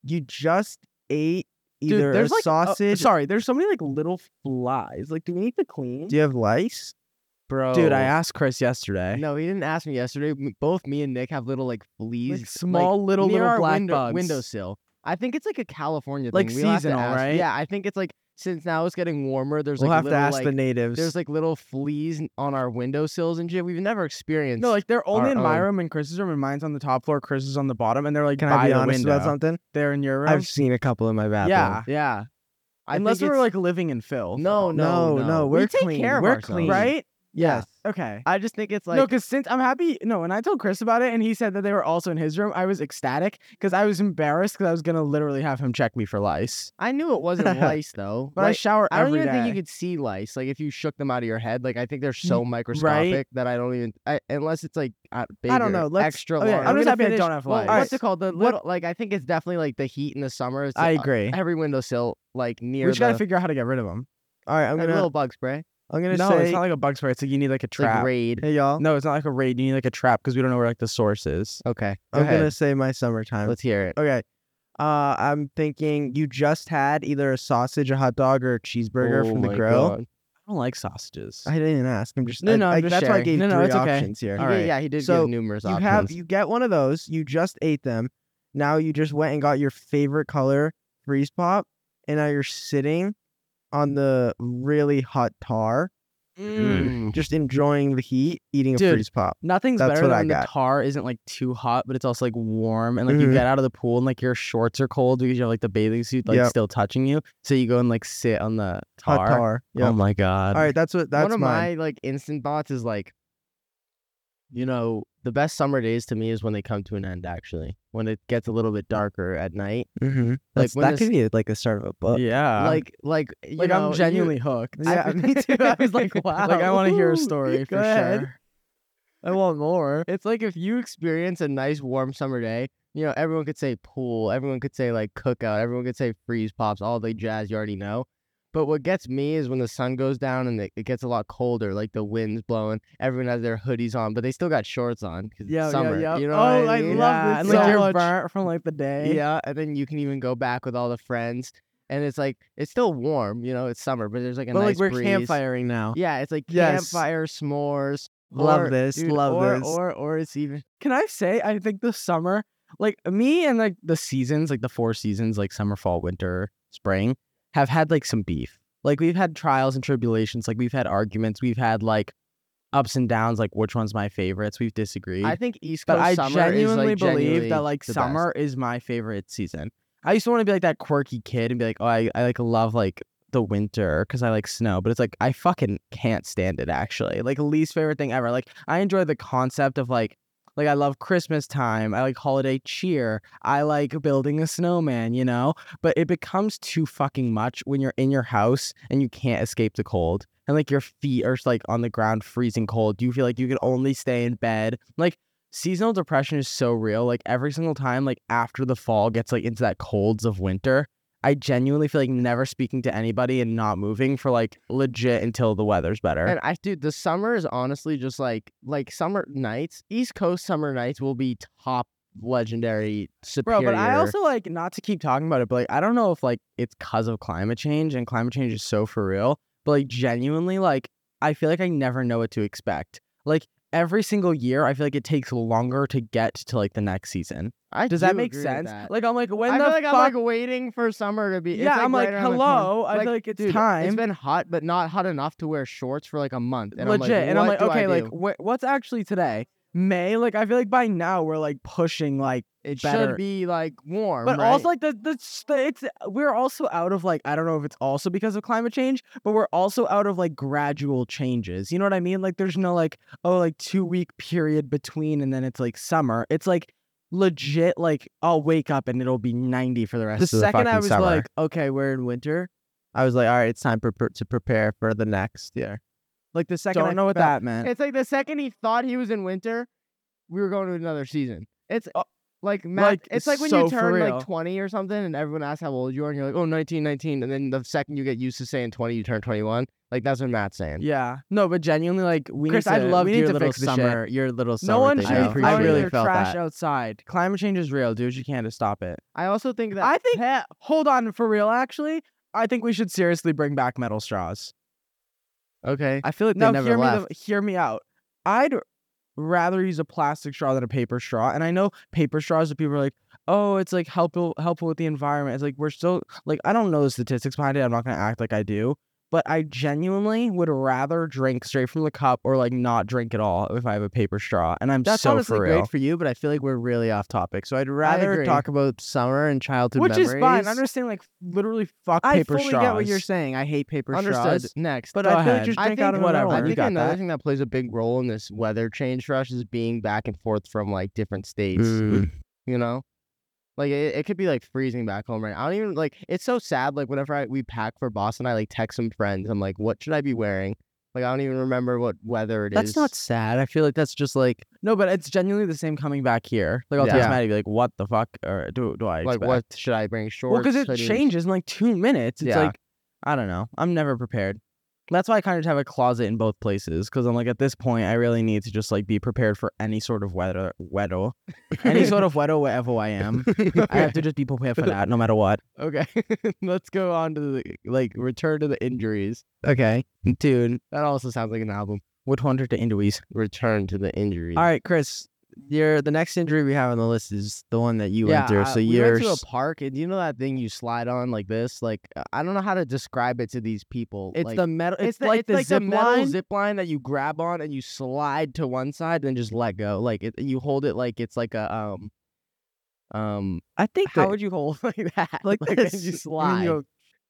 S2: you just ate
S4: Dude,
S2: either
S4: there's
S2: a
S4: like
S2: sausage.
S4: Uh, sorry, there's so many like little flies. Like, do we need to clean?
S2: do you have lice? Oh.
S1: bro.
S4: Dude, I asked Chris yesterday.
S1: No, he didn't ask me yesterday. M- Both me and Nick have little like fleas, like,
S4: small little
S1: near
S4: little
S1: our
S4: black
S1: window-
S4: bugs.
S1: windowsill. I think it's like a California
S4: Like
S1: thing. We'll have to
S4: seasonal,
S1: ask-
S4: right?
S1: Yeah, I think it's like since now it's getting warmer. There's
S2: We'll
S1: like
S2: have
S1: little,
S2: to ask
S1: like,
S2: the natives.
S1: There's like little fleas n- on our windowsills and shit. We've never experienced.
S4: No, like they're only
S1: our
S4: in my
S1: own.
S4: room and Chris's room, and mine's on the top floor. Chris is on the bottom, and they're like
S2: Can
S4: by
S2: I be
S4: the
S2: honest
S4: window.
S2: about something?
S4: They're in your room.
S2: I've seen a couple in my bathroom.
S4: yeah,
S1: yeah. I
S4: unless
S1: think
S4: we're
S1: it's-
S4: like living in filth.
S1: no, no,
S2: no, no,
S1: We
S2: we're
S1: take
S2: clean.
S1: care of
S2: We're
S1: ourselves.
S2: clean.
S4: right?
S2: Yes.
S4: Okay.
S1: I just think it's like
S4: no, because since I'm happy, no, when I told Chris about it and he said that they were also in his room, I was ecstatic because I was embarrassed because I was gonna literally have him check me for lice.
S1: I knew it wasn't lice though.
S4: But I
S1: Like,
S4: shower
S1: I don't
S4: every
S1: even think you
S4: day.
S1: could see lice. Like if you shook them out of your head, like I think they're so microscopic that I don't even. I, unless it's like uh, bigger,
S2: I don't know. Let's,
S1: extra
S2: okay,
S1: large.
S4: I'm
S2: I'm
S4: just
S2: gonna
S4: happy I
S2: finish-
S4: don't have
S1: Well,
S4: lice.
S2: all right.
S1: what's it called? The little like I think it's definitely like the heat in the summer. It's
S2: I
S1: uh,
S2: agree.
S1: every windowsill like near
S4: we just gotta
S1: the,
S4: figure out how to get rid of them.
S2: All right, I'm
S1: like,
S2: gonna
S1: little bug spray.
S2: I'm gonna
S4: No,
S2: say
S4: it's not like a bug spray. It's like you need like a
S1: It's like
S4: trap.
S1: raid.
S2: hey y'all.
S4: no, it's not like a raid. You need like a trap because we don't know where like the source is.
S1: Okay, go
S2: I'm
S1: ahead.
S2: gonna say my summertime.
S1: Let's hear it.
S2: Okay. Uh, I'm thinking you just had either a sausage, a hot dog, or a cheeseburger
S1: Oh
S2: from the
S1: my
S2: grill.
S1: God.
S4: I don't like sausages.
S2: I didn't ask. I'm just
S4: No,
S2: I-
S4: no, I'm
S2: I-
S4: just
S2: that's why I
S4: sharing.
S2: gave
S4: No, no,
S2: three
S4: it's okay.
S2: options here.
S1: Yeah,
S4: All right.
S1: Yeah, he did
S2: So,
S1: give numerous
S2: You
S1: options.
S2: have you get one of those. You just ate them.
S6: Now you just went and got your favorite color freeze pop, and now you're sitting on the really hot tar,
S1: Hmm.
S2: Mm.
S6: just enjoying the heat, eating a
S2: Dude,
S6: freeze pop.
S2: Nothing's
S6: That's
S2: better
S6: what
S2: than
S6: I
S2: when the
S6: got.
S2: tar isn't like too hot, but it's also like warm, and like you
S6: Mhm.
S2: get out of the pool and like your shorts are cold because you have like the bathing suit like
S6: Yep.
S2: still touching you. So you go and like sit on the
S6: Hot
S2: tar.
S6: tar. Yep.
S2: Oh my god!
S6: All right, that's what that's
S1: one of
S6: mine.
S1: my like instant thoughts is like you know the best summer days to me is when they come to an end actually when it gets a little bit darker at night
S6: mm-hmm.
S1: like when
S6: that
S1: this-
S6: could be like the start of a book.
S2: Yeah.
S1: like like you
S2: Uh, like
S1: know,
S2: I'm
S1: you-
S2: genuinely hooked.
S6: Yeah,
S1: I-
S6: me too. I was like,
S2: Like I want to hear
S1: Wow.
S2: a story
S1: Go
S2: for
S1: ahead.
S2: sure. I want more.
S1: it's like if you experience a nice warm summer day you know everyone could say pool everyone could say like cookout everyone could say freeze pops all the jazz you already know but what gets me is when the sun goes down and it it gets a lot colder like the wind's blowing everyone has their hoodies on but they still got shorts on 'cause it's
S2: Yeah, yeah,
S1: summer
S2: yeah.
S1: you know
S2: Oh,
S1: what
S2: I
S1: mean?
S2: love
S1: Yeah,
S2: this
S1: and,
S2: so
S1: like, you're
S2: much.
S6: burnt from like the day.
S1: Yeah, and then you can even go back with all the friends, and it's like it's still warm, you know, it's summer, but there's like a
S6: but
S1: nice
S6: like we're
S1: breeze.
S6: campfiring now.
S1: Yeah, it's like
S6: Yes.
S1: campfire s'mores.
S6: Love
S1: or-
S6: this,
S1: dude,
S6: love
S1: or,
S6: this.
S1: Or or it's even
S2: Can I say I think the summer, like me and like the seasons, like the four seasons, like summer, fall, winter, spring, have had like some beef. Like we've had trials and tribulations. Like we've had arguments. We've had like ups and downs. Like which one's my favorites? We've disagreed.
S1: I think East Coast
S2: but I
S1: summer
S2: genuinely
S1: is like
S2: believe
S1: genuinely
S2: that like
S1: the best.
S2: summer is my favorite season. I used to want to be like that quirky kid and be like, oh, I, I like love like the winter because I like snow, but it's like I fucking can't stand it actually. Like least favorite thing ever. Like I enjoy the concept of like like I love Christmas time. I like holiday cheer. I like building a snowman, you know? But it becomes too fucking much when you're in your house and you can't escape the cold. And like your feet are like on the ground freezing cold. You feel like you can only stay in bed. Like seasonal depression is so real. Like every single time like after the fall gets like into that colds of winter, I genuinely feel like never speaking to anybody and not moving for like legit until the weather's better.
S1: And I dude, the summer is honestly just like like summer nights. East Coast summer nights will be top legendary superior.
S2: Bro, but I also like not to keep talking about it, but like I don't know if like it's cause of climate change and climate change is so for real, but like genuinely like I feel like I never know what to expect. Like every single year I feel like it takes longer to get to like the next season.
S1: I
S2: Does
S1: do
S2: that make
S1: agree with
S2: sense?
S1: that.
S2: Like I'm like when
S1: I
S2: the
S1: feel like
S2: fuck
S1: I'm like waiting for summer to be. it's,
S2: Yeah, I'm
S1: right
S2: like,
S1: around the
S2: hello,
S1: corner.
S2: I feel like it's
S1: dude,
S2: time.
S1: It's been hot, but not hot enough to wear shorts for like a month. And
S2: legit and I'm
S1: I'm
S2: like
S1: what do I
S2: okay, like
S1: do?
S2: wh- what's actually today? May? Like I feel like by now we're like pushing like
S1: it
S2: better-
S1: should be like warm.
S2: But
S1: right?
S2: also like the, the s- the it's we're also out of like I don't know if it's also because of climate change, but we're also out of like gradual changes. You know what I mean? Like there's no like oh like two week period between and then it's like summer. It's like legit like I'll wake up and it'll be 90 for the rest
S6: the
S2: of the
S6: second I
S2: fucking
S6: was
S2: summer.
S6: like, okay, we're in winter, I was like, all right, it's time pre- pre- to prepare for the next year. Like the second
S2: don't
S6: I
S2: know what
S6: felt-
S2: that meant.
S1: it's like the second he thought he was in winter, we were going to another season. It's uh, like math,
S2: like,
S1: it's like when
S2: so
S1: you
S2: for
S1: turn
S2: real.
S1: like 20 or something, and everyone asks how old you are, and you're like, oh, 19, 19, and then the second you get used to saying 20, you turn 21. Like that's what Matt's saying.
S2: yeah. No, but genuinely like we
S6: Chris,
S2: need to,
S6: I'd love
S2: we
S6: your
S2: need to
S6: little
S2: fix the shit.
S6: summer, your little summer.
S2: No one
S6: thing.
S2: should
S1: I
S2: be
S1: appreciate
S2: throwing
S1: it.
S2: their
S6: felt
S2: trash
S6: that.
S2: outside. Climate change is real. Do what you can to stop it.
S1: I also think that
S2: I think-
S1: Heh,
S2: Hold on, for real, actually. I think we should seriously bring back metal straws.
S1: okay.
S6: I feel like
S2: Now
S6: they never
S2: hear
S6: left.
S2: me the, hear me out. I'd rather use a plastic straw than a paper straw. And I know paper straws that people are like, oh, it's like helpful helpful with the environment. It's like we're still like I don't know the statistics behind it. I'm not gonna act like I do. But I genuinely would rather drink straight from the cup or like not drink at all if I have a paper straw. And I'm
S6: That's
S2: so
S6: honestly
S2: for real.
S6: great for you, but I feel like we're really off topic. So I'd
S1: agree.
S6: rather talk about summer and childhood
S2: Which
S6: memories.
S2: is fine. I understand like literally fuck
S6: I
S2: paper
S6: fully
S2: straws.
S6: get what you're saying. I hate paper
S1: Understood.
S6: straws.
S1: Next.
S6: But
S2: Go
S6: I feel
S2: ahead.
S6: like just
S1: I
S6: drink
S1: think-
S6: out of
S2: whatever,
S6: a
S1: I
S2: you
S6: melon.
S1: think
S2: got
S1: another
S2: that.
S1: thing that plays a big role in this weather change for us is being back and forth from like different states.
S6: Mm.
S1: You know, like it, it could be like freezing back home right. now. I don't even like. It's so sad. Like whenever I we pack for Boston, I like text some friends. I'm like, what should I be wearing? Like I don't even remember what weather it is.
S6: That's not sad. I feel like that's just like
S2: No, but it's genuinely the same coming back here. Like I'll text
S1: Yeah.
S2: Maddie and be like, "What the fuck? Or do do I
S1: like
S2: expect?"
S1: what should I bring? Shorts.
S2: Well, because it
S1: hoodies?
S2: changes in like two minutes. It's
S1: Yeah.
S2: like I don't know. I'm never prepared. That's why I kind of have a closet in both places because I'm like at this point I really need to just like be prepared for any sort of weather, weather, any sort of weather wherever I am. I have to just be prepared for that no matter what.
S1: Okay, let's go on to the like return to the injuries.
S6: okay, dude.
S1: That also sounds like an album.
S2: Which one to Indoes?
S1: Return to the injuries.
S6: All right, Chris.
S2: your the next injury we have on the list is the one that you went through.
S1: I-
S2: so
S1: uh, we
S2: you're
S1: went to a
S2: s-
S1: park, and you know that thing you slide on like this. Like uh, I don't know how to describe it to these people.
S2: it's
S1: like,
S2: the metal. It's,
S1: the-
S2: like the zip
S1: metal
S2: line.
S1: zip line that you grab on and you slide to one side and just let go. Like it, you hold it like it's like a um um.
S2: I think
S1: How
S2: that-
S1: would you hold like that?
S2: like
S1: and
S2: this.
S1: you
S2: and
S1: slide.
S2: then you go-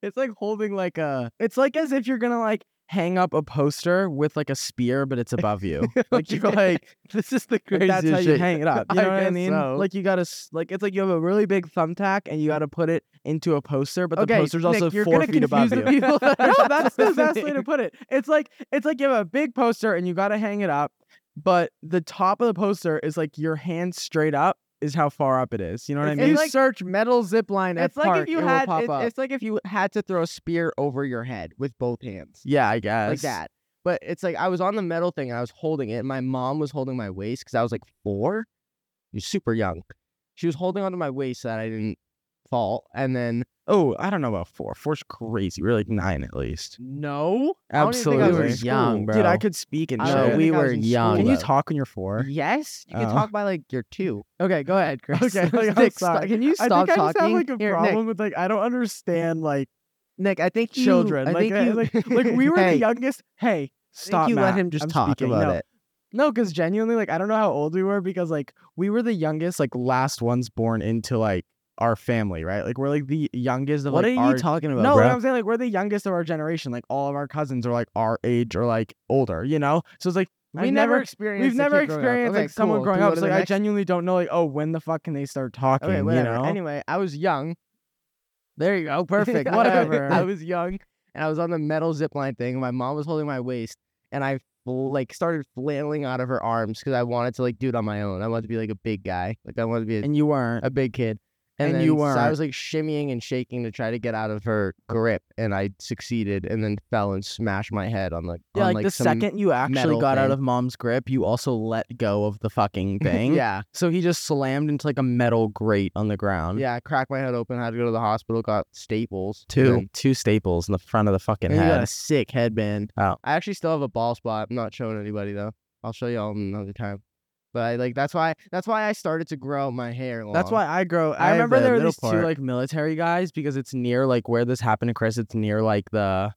S7: It's like holding like a.
S2: It's like as if you're gonna like hang up a poster with like a spear, but it's above you. like you're like
S7: This is the
S2: like,
S7: craziest
S2: that's how you
S7: shit.
S2: hang it up. You
S7: I
S2: know what I
S7: guess
S2: mean?
S7: so.
S2: Like you gotta s- like it's like you have a really big thumbtack and you gotta put it into a poster, but
S1: Okay,
S2: the poster's
S1: Nick,
S2: also
S1: you're
S2: four
S1: gonna
S2: feet above
S1: confuse
S2: you.
S1: the people that are
S2: no, that's the best way
S1: listening.
S2: to put it. It's like it's like you have a big poster and you gotta hang it up, but the top of the poster is like your hand straight up is how far up it is. You know what
S1: It's
S2: I mean?
S1: like-
S2: search metal zip line
S1: It's like if you
S2: will
S1: had. It, it's like if you had to throw a spear over your head with both hands.
S2: yeah, I guess
S1: like that. But it's like I was on the metal thing. I was holding it. and My mom was holding my waist because I was like four. You're super young. She was holding onto my waist so that I didn't fall. And then
S7: Oh, I don't know about four. Four's crazy. We're like nine at least.
S2: No,
S1: don't even think I
S2: absolutely.
S1: was in school.
S2: Dude, I could speak and
S1: I
S2: shit.
S7: No,
S1: don't even
S7: we
S1: think I was
S7: were
S1: in
S7: young.
S1: school,
S7: Can you
S1: though.
S7: talk when you're four?
S1: yes, you can
S7: Oh.
S1: talk by like you're two.
S2: Okay, go ahead, Chris.
S1: Nick,
S2: like, I'm
S1: stop-
S2: sorry.
S1: can you
S2: I
S1: stop
S2: think I
S1: talking?
S2: just have like a
S1: Here,
S2: problem
S1: Nick,
S2: with like I don't understand like
S1: Nick, I think you-
S2: children.
S1: I
S2: like,
S1: think
S2: I-
S1: you,
S2: like like we were
S1: Hey,
S2: the youngest. Hey,
S1: I
S2: stop.
S1: think you
S2: Matt.
S1: let him just
S2: I'm
S1: talk
S2: speaking.
S1: about
S2: no.
S1: it.
S2: No, because genuinely, like I don't know how old we were because like we were the youngest, like last ones born into like our family, right? Like we're like the youngest of
S1: What
S2: like
S1: are you
S2: our
S1: talking about,
S2: no,
S1: bro?
S2: what I'm saying like we're the youngest of our generation. Like all of our cousins are like our age or like older, you know. So it's like
S1: we
S2: I've
S1: never
S2: never
S1: experienced.
S2: we've
S1: a
S2: never
S1: kid growing up.
S2: experienced
S1: Okay,
S2: like someone
S1: cool.
S2: growing
S1: Can we
S2: up.
S1: go to
S2: So
S1: the
S2: like, I
S1: next?
S2: genuinely don't know like oh when the fuck can they start talking?
S1: Okay,
S2: you
S1: whatever.
S2: know?
S1: Anyway, I was young.
S2: there you go. Perfect.
S1: I-
S2: Whatever.
S1: I was young and I was on the metal zip line thing. and My mom was holding my waist and I fl- like started flailing out of her arms because I wanted to like do it on my own. I wanted to be like a big guy. Like I wanted to be a,
S2: and you weren't.
S1: a big kid. And,
S2: and
S1: then,
S2: you
S1: So I
S2: weren't.
S1: was like shimmying and shaking to try to get out of her grip and I succeeded and then fell and smashed my head on the
S2: Yeah,
S1: on,
S2: like, the
S1: some-
S2: second you actually
S1: metal
S2: got out
S1: thing.
S2: of mom's grip, you also let go of the fucking thing.
S1: Yeah.
S2: So he just slammed into like a metal grate on the ground.
S1: Yeah, I cracked my head open, had to go to the hospital, got staples. and
S2: Two
S1: then-
S2: two staples in the front of the fucking
S1: And you got
S2: head.
S1: a sick headband.
S2: Oh.
S1: I actually still have a ball spot. I'm not showing anybody though. I'll show y'all another time. But I like that's why that's why I started to grow my hair long.
S2: That's why I grow. I,
S1: I have
S2: remember
S1: the
S2: there were
S1: middle
S2: these two
S1: part.
S2: like military guys because it's near like where this happened to Chris. It's near like the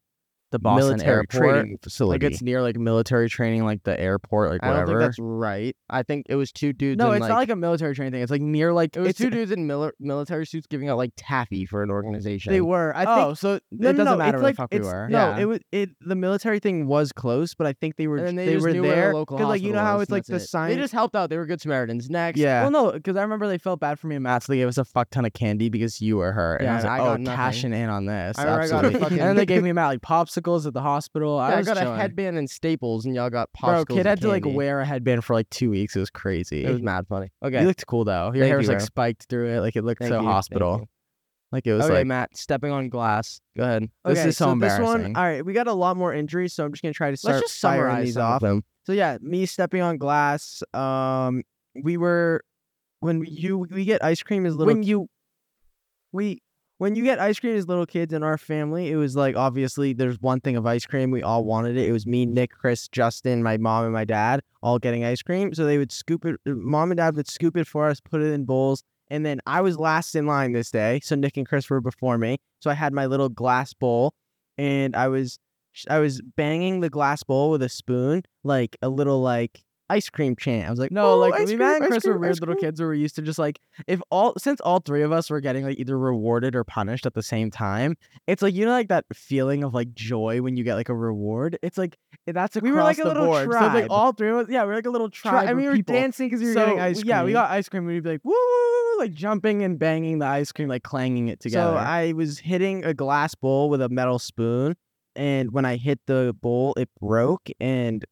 S2: the Boston
S1: military
S2: airport.
S1: training
S2: Like
S1: facility.
S2: it's near like military training, like the airport, like
S1: I don't
S2: whatever.
S1: think that's right. I think it was two dudes.
S2: no,
S1: in,
S2: it's not like a military training thing. It's like near like
S1: it was
S2: it's,
S1: two dudes in mili- military suits giving out like taffy for an organization.
S2: They were. I
S7: Oh,
S2: think
S7: so
S2: it doesn't matter
S7: it's
S2: where the
S7: like-
S2: fuck we
S7: it's-
S2: were.
S7: No,
S1: Yeah.
S7: it was it. The military thing was close, but I think they were.
S1: and then
S7: they
S1: they, just
S7: were
S1: knew where the
S7: there
S1: local
S7: like you know
S1: hospital
S7: how
S1: was,
S7: it's
S1: and
S7: like the
S1: that's it.
S7: sign.
S1: They just helped out. They were good Samaritans. Next,
S7: yeah.
S2: Well, no, because I remember they felt bad for me and Matt, so they gave us a fuck ton of candy because you were her. And
S1: Yeah,
S2: I was
S1: and
S2: like,
S1: I got
S2: oh,
S1: nothing.
S2: cashing in on this.
S1: I remember I got a
S2: absolutely.
S1: fucking-
S2: and then they gave me Matt like popsicles at the hospital.
S1: Yeah,
S2: I
S1: I,
S2: was
S1: got a
S2: chilling.
S1: headband and staples, and y'all got
S2: Bro,
S1: popsicles.
S2: kid
S1: and
S2: had to like
S1: candy.
S2: wear a headband for like two weeks. It was crazy.
S1: It was mad funny. Okay,
S2: You looked cool though. Your
S1: Thank
S2: hair
S1: you,
S2: was like
S1: bro.
S2: spiked through it. Like it looked
S1: Thank
S2: so
S1: you, thank
S2: hospital.
S1: you.
S2: Like it was
S1: okay,
S2: like
S1: Matt, stepping on glass. Go ahead.
S2: this
S7: Okay,
S2: is so, embarrassing.
S7: This one, all right, we got a lot more injuries, so I'm just gonna try to start
S1: Let's just
S7: firing
S1: summarize
S7: these
S1: some of
S7: off.
S1: them.
S7: So yeah, me stepping on glass. Um, we were when you we get ice cream as little
S2: when you
S7: we when you get ice cream as little kids in our family, it was like obviously there's one thing of ice cream. We all wanted it. It was me, Nick, Chris, Justin, my mom, and my dad all getting ice cream. So they would scoop it. uh, Mom and dad would scoop it for us, put it in bowls, and then I was last in line this day. So Nick and Chris were before me. So I had my little glass bowl, and I was I was banging the glass bowl with a spoon, like a little like ice cream chant. I was like,
S2: No,
S7: "Oh,
S2: like
S7: ice
S2: me,
S7: cream,
S2: Matt, and
S7: ice
S2: Chris
S7: cream,
S2: were
S7: ice
S2: weird little
S7: cream."
S2: kids who were used to just like if all since all three of us were getting like either rewarded or punished at the same time. It's like you know like that feeling of like joy when you get like a reward. It's like eh, that's across
S7: We were like a
S2: the
S7: little
S2: board. So it's
S7: tribe.
S2: like all three of us, yeah, we were like a little
S7: Try-
S2: tribe.
S7: and we
S2: of
S7: were
S2: people.
S7: dancing because we were
S2: so,
S7: getting ice cream.
S2: Yeah, we got ice cream. We'd be like woo, woo, woo, woo," like jumping and banging the ice cream, like clanging it together.
S7: So I was hitting a glass bowl with a metal spoon, and when I hit the bowl, it broke, and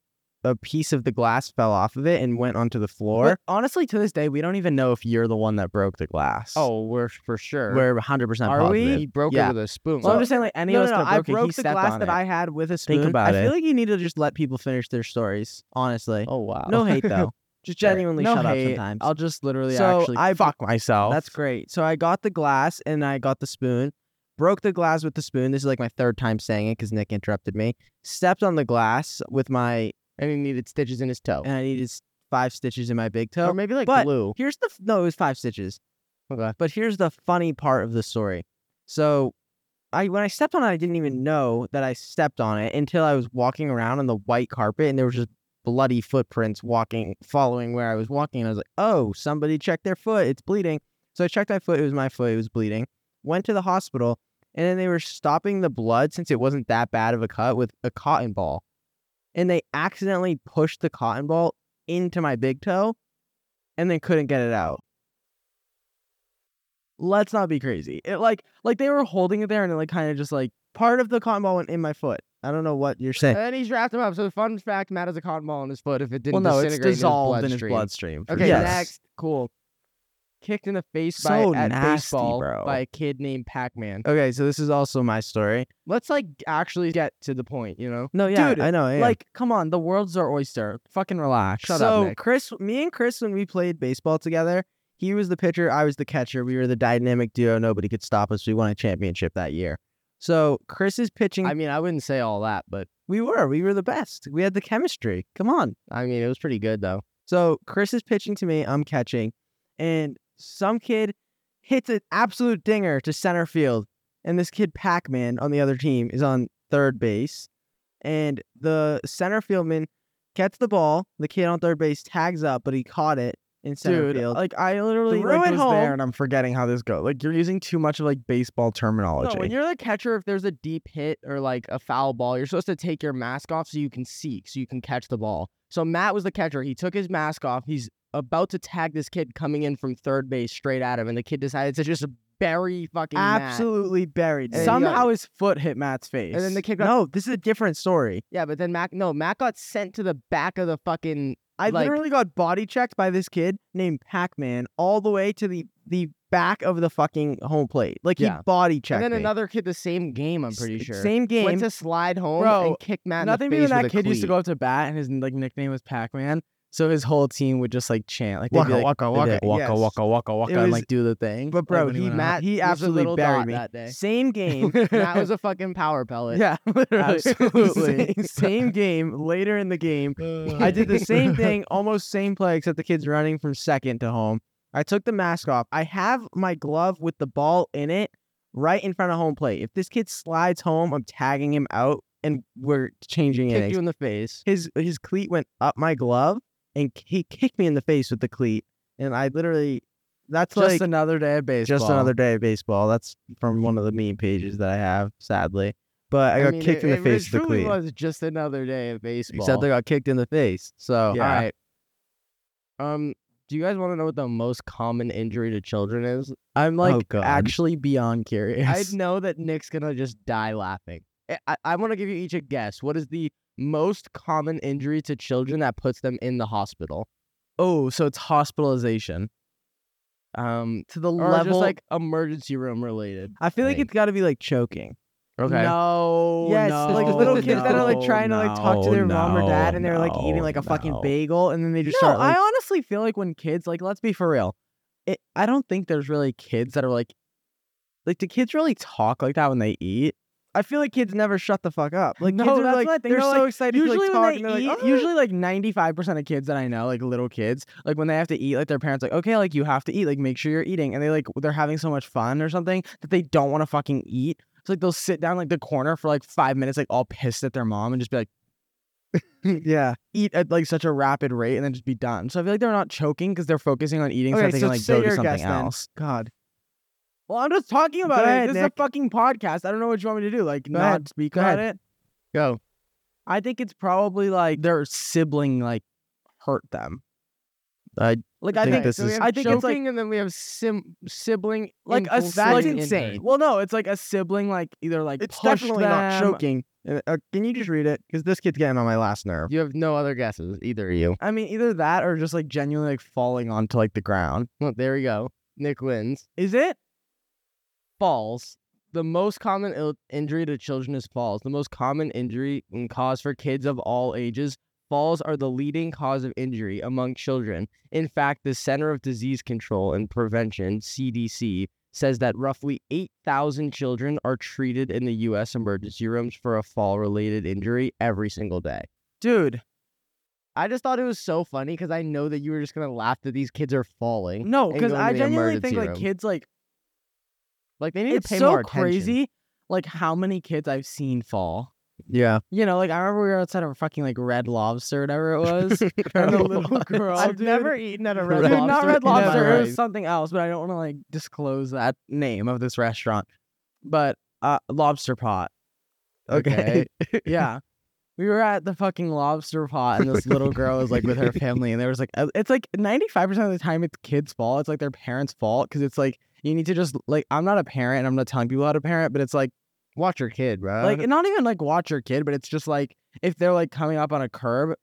S7: a piece of the glass fell off of it and went onto the floor.
S2: but honestly, to this day, we don't even know if you're the one that broke the glass.
S1: Oh, we're for sure.
S2: we're 100 percent
S7: Are we?
S2: positive.
S1: He broke
S2: Yeah.
S1: it with a spoon.
S2: Well, I'm just saying, like any
S7: no,
S2: of us
S7: no, no,
S2: that
S7: I
S2: broke, it,
S7: broke
S2: he
S7: the
S2: stepped
S7: glass
S2: on
S7: that
S2: it.
S7: I had with a spoon.
S2: about
S7: I
S2: it.
S7: feel like you need to just let people finish their stories. Honestly,
S1: oh wow.
S7: no hate though. Just genuinely
S2: no
S7: shut
S2: hate.
S7: up sometimes.
S2: I'll just literally
S7: So
S2: actually
S7: I-
S2: fuck myself.
S7: That's great. So I got the glass and I got the spoon. Broke the glass with the spoon. This is like my third time saying it because Nick interrupted me. Stepped on the glass with my
S2: Oh.
S1: and he needed stitches in his toe.
S7: and I needed s-
S2: five stitches in my big toe.
S1: or maybe like
S2: but-
S1: glue.
S2: Here's the f- no, it was five stitches.
S1: Okay.
S2: But here's the funny part of the story. So, I when I stepped on it, I didn't even know that I stepped on it until I was walking around on the white carpet, and there was just bloody footprints walking, following where I was walking. And I was like, "Oh, somebody checked their foot; it's bleeding." So I checked my foot; it was my foot; it was bleeding. Went to the hospital, and then they were stopping the blood since it wasn't that bad of a cut with a cotton ball, and they accidentally pushed the cotton ball into my big toe and then couldn't get it out.
S6: Let's not be crazy. It like like they were holding it there and it like kind of just like
S2: Part of the cotton ball went in my foot. I don't know what you're saying.
S1: And then he's wrapped him up. So the fun fact, Matt has a cotton ball in his foot. If it
S6: well
S1: didn't
S6: no, it's
S1: disintegrate
S6: dissolved
S1: in his bloodstream.
S6: bloodstream. for
S1: Okay,
S6: sure.
S1: next, cool. Kicked in the face
S2: So
S1: by at
S2: nasty,
S1: baseball
S2: bro.
S1: by a kid named Pac-Man.
S2: Okay, so this is also my story.
S1: Let's like actually get to the point, you know?
S2: No, yeah,
S6: Dude,
S2: I know. I am.
S6: Like come on, the world's our oyster. Fucking relax.
S1: Shut up,
S2: so
S1: Nick.
S2: Chris, me and Chris, when we played baseball together, he was the pitcher, I was the catcher. We were the dynamic duo. Nobody could stop us. We won a championship that year. So Chris is pitching.
S1: I mean, I wouldn't say all that, but
S2: we were, we were the best. We had the chemistry. Come on.
S1: I mean, it was pretty good though.
S2: So Chris is pitching to me, I'm catching, and some kid hits an absolute dinger to center field. And this kid, Pac Man, on the other team is on third base. And the center fieldman gets the ball. The kid on third base tags up, but he caught it in center
S6: Dude,
S2: field.
S6: like I literally
S2: Threw
S6: like,
S2: it
S6: was
S2: home.
S6: there and I'm forgetting how this goes. Like you're using too much of like baseball terminology.
S1: No, when you're the catcher, if there's a deep hit or like a foul ball, you're supposed to take your mask off so you can see, so you can catch the ball. So Matt was the catcher. He took his mask off. He's about to tag this kid coming in from third base straight at him, and the kid decided to just bury fucking Matt.
S2: Absolutely buried.
S1: And then he got-
S6: Somehow his foot hit Matt's face.
S1: And then the kid got
S2: No, this is a different story.
S1: yeah, but then Mac no Matt got sent to the back of the fucking
S2: I
S1: Like-
S2: literally got body checked by this kid named Pac Man all the way to the, the back of the fucking home plate. Like
S1: Yeah.
S2: he body checked.
S1: and then
S2: me.
S1: another kid the same game. I'm pretty
S2: S-
S1: sure
S2: Same game.
S1: went to slide home
S6: Bro,
S1: and kick Matt.
S6: Nothing
S1: in
S6: better
S1: the
S6: than
S1: face
S6: that
S1: with a
S6: kid used to
S1: cleat.
S6: go up to bat and his like nickname was Pac Man. So his whole team would just like chant like they'd
S2: Waka,
S6: be like,
S2: waka,
S6: they'd
S2: waka,
S6: be like, waka
S2: yes.
S6: waka waka waka
S2: was-
S6: and like do the thing.
S2: but bro,
S6: Like, when
S2: he
S6: went out.
S2: Matt, he
S1: was a
S2: absolutely
S1: little
S2: buried
S1: dot
S2: me.
S1: that day.
S2: Same game,
S1: Matt was a fucking power pellet.
S6: yeah, literally.
S2: absolutely. same game. Later in the game, I did the same thing, almost same play, except the kid's running from second to home. I took the mask off. I have my glove with the ball in it, right in front of home plate. If this kid slides home, I'm tagging him out, and we're changing
S1: Kicked
S2: innings.
S1: you in the face.
S2: his his cleat went up my glove, and he kicked me in the face with the cleat, and I literally. That's
S6: Just
S2: like
S6: another day of baseball.
S2: Just another day of baseball. That's from one of the meme pages that I have, sadly. But I got
S1: mean,
S2: kicked in
S1: it-
S2: the
S1: it-
S2: face
S1: It
S2: with the
S1: truly
S2: cleat.
S1: was just another day of baseball.
S2: Except I got kicked in the face. So
S1: All right. Um, do you guys want to know what the most common injury to children is?
S6: I'm like
S2: Oh, God.
S6: actually beyond
S1: I
S6: curious.
S1: know that Nick's gonna just die laughing. Eh, I, I, want to give you each a guess. What is the most common injury to children that puts them in the hospital?
S6: oh, so it's hospitalization.
S1: Um,
S6: To the
S1: or
S6: level
S1: just like emergency room related.
S2: I feel like
S1: Thank-
S2: it's got to be like choking.
S6: No.
S2: yes,
S6: no,
S2: like the little kids that are like
S6: no,
S2: trying to like talk to their mom or dad, and they're like eating
S6: no,
S2: like a fucking
S6: no.
S2: bagel, and then they just
S6: no,
S2: start. Like,
S6: I honestly feel like when kids, like, let's be for real, it, I don't think there's really kids that are like, like, do kids really talk like that when they eat?
S2: I feel like kids never shut the fuck up. Like
S6: No,
S2: kids are
S6: that's
S2: like
S6: what I think.
S2: they're
S6: They're,
S2: so
S6: like,
S2: excited to
S6: Usually,
S2: like talk,
S6: when
S2: and
S6: they
S2: they're
S6: eat,
S2: like, "Ah."
S6: usually like ninety five percent of kids that I know, like little kids, like when they have to eat, like their parents, like, okay, like you have to eat, like make sure you're eating, and they like they're having so much fun or something that they don't want to fucking eat. So like they'll sit down like the corner for like five minutes, like all pissed at their mom, and just be like.
S2: yeah.
S6: eat at like such a rapid rate and then just be done. So I feel like they're not choking because they're focusing on eating so
S2: Okay,
S6: that they
S2: so
S6: can like
S2: say
S6: go to
S2: your
S6: something
S2: guess then.
S6: else.
S2: God,
S6: Well, I'm just talking about
S2: Go
S6: it.
S2: ahead,
S6: this
S2: Nick.
S6: is a fucking podcast. I don't know what you want me to do. Like not
S2: ahead.
S6: speak
S2: Go
S6: about
S2: ahead.
S6: it.
S1: Go.
S6: I think it's probably like their sibling like hurt them.
S2: I
S6: like I
S2: think
S6: think
S2: this
S1: so we
S2: is-
S1: have
S6: I think it's like
S1: choking and then we have sim- sibling
S6: like a
S1: impulse
S6: sibling
S1: injury.
S6: injury. Well, no, it's like a sibling like either like
S2: it's
S6: pushed
S2: definitely not
S6: them-
S2: choking. Uh, uh, can you just read it? Because this kid's getting on my last nerve.
S1: You have no other guesses, either of you.
S6: I mean, either that or just like genuinely like falling onto like the ground.
S1: Well, there we go. Nick wins.
S6: Is it?
S1: falls. The most common Ill- injury to children is falls. The most common injury and cause for kids of all ages. Falls are the leading cause of injury among children. In fact, the Center of Disease Control and Prevention, CDC, says that roughly 8,000 children are treated in the U.S. emergency rooms for a fall related injury every single day.
S6: Dude,
S1: I just thought it was so funny because I know that you were just gonna laugh that these kids are falling.
S2: No,
S1: and
S2: because
S1: go
S2: I
S1: into the
S2: genuinely think
S1: emergency
S2: like
S1: room.
S2: kids like
S1: Like they need
S2: it's
S1: to pay
S2: so
S1: more attention.
S2: crazy. Like how many kids I've seen fall.
S6: Yeah.
S2: You know, like I remember we were outside of a fucking like Red Lobster, whatever it was. and the little girl.
S1: I've
S2: dude-
S1: never eaten at a
S2: Dude,
S1: red lobster.
S2: not Red Lobster.
S1: Never.
S2: It was something else, but I don't want to like disclose that name of this restaurant. But uh, Lobster Pot.
S6: Okay.
S2: yeah. We were at the fucking lobster pot, and this little girl was like with her family, and there was like, a- it's like 95% of the time it's kids' fault. It's like their parents' fault because it's like, you need to just, like, I'm not a parent and I'm not telling people how to parent, but it's like,
S1: Watch your kid, bro.
S2: like not even like watch your kid, but it's just like if they're like coming up on a curb.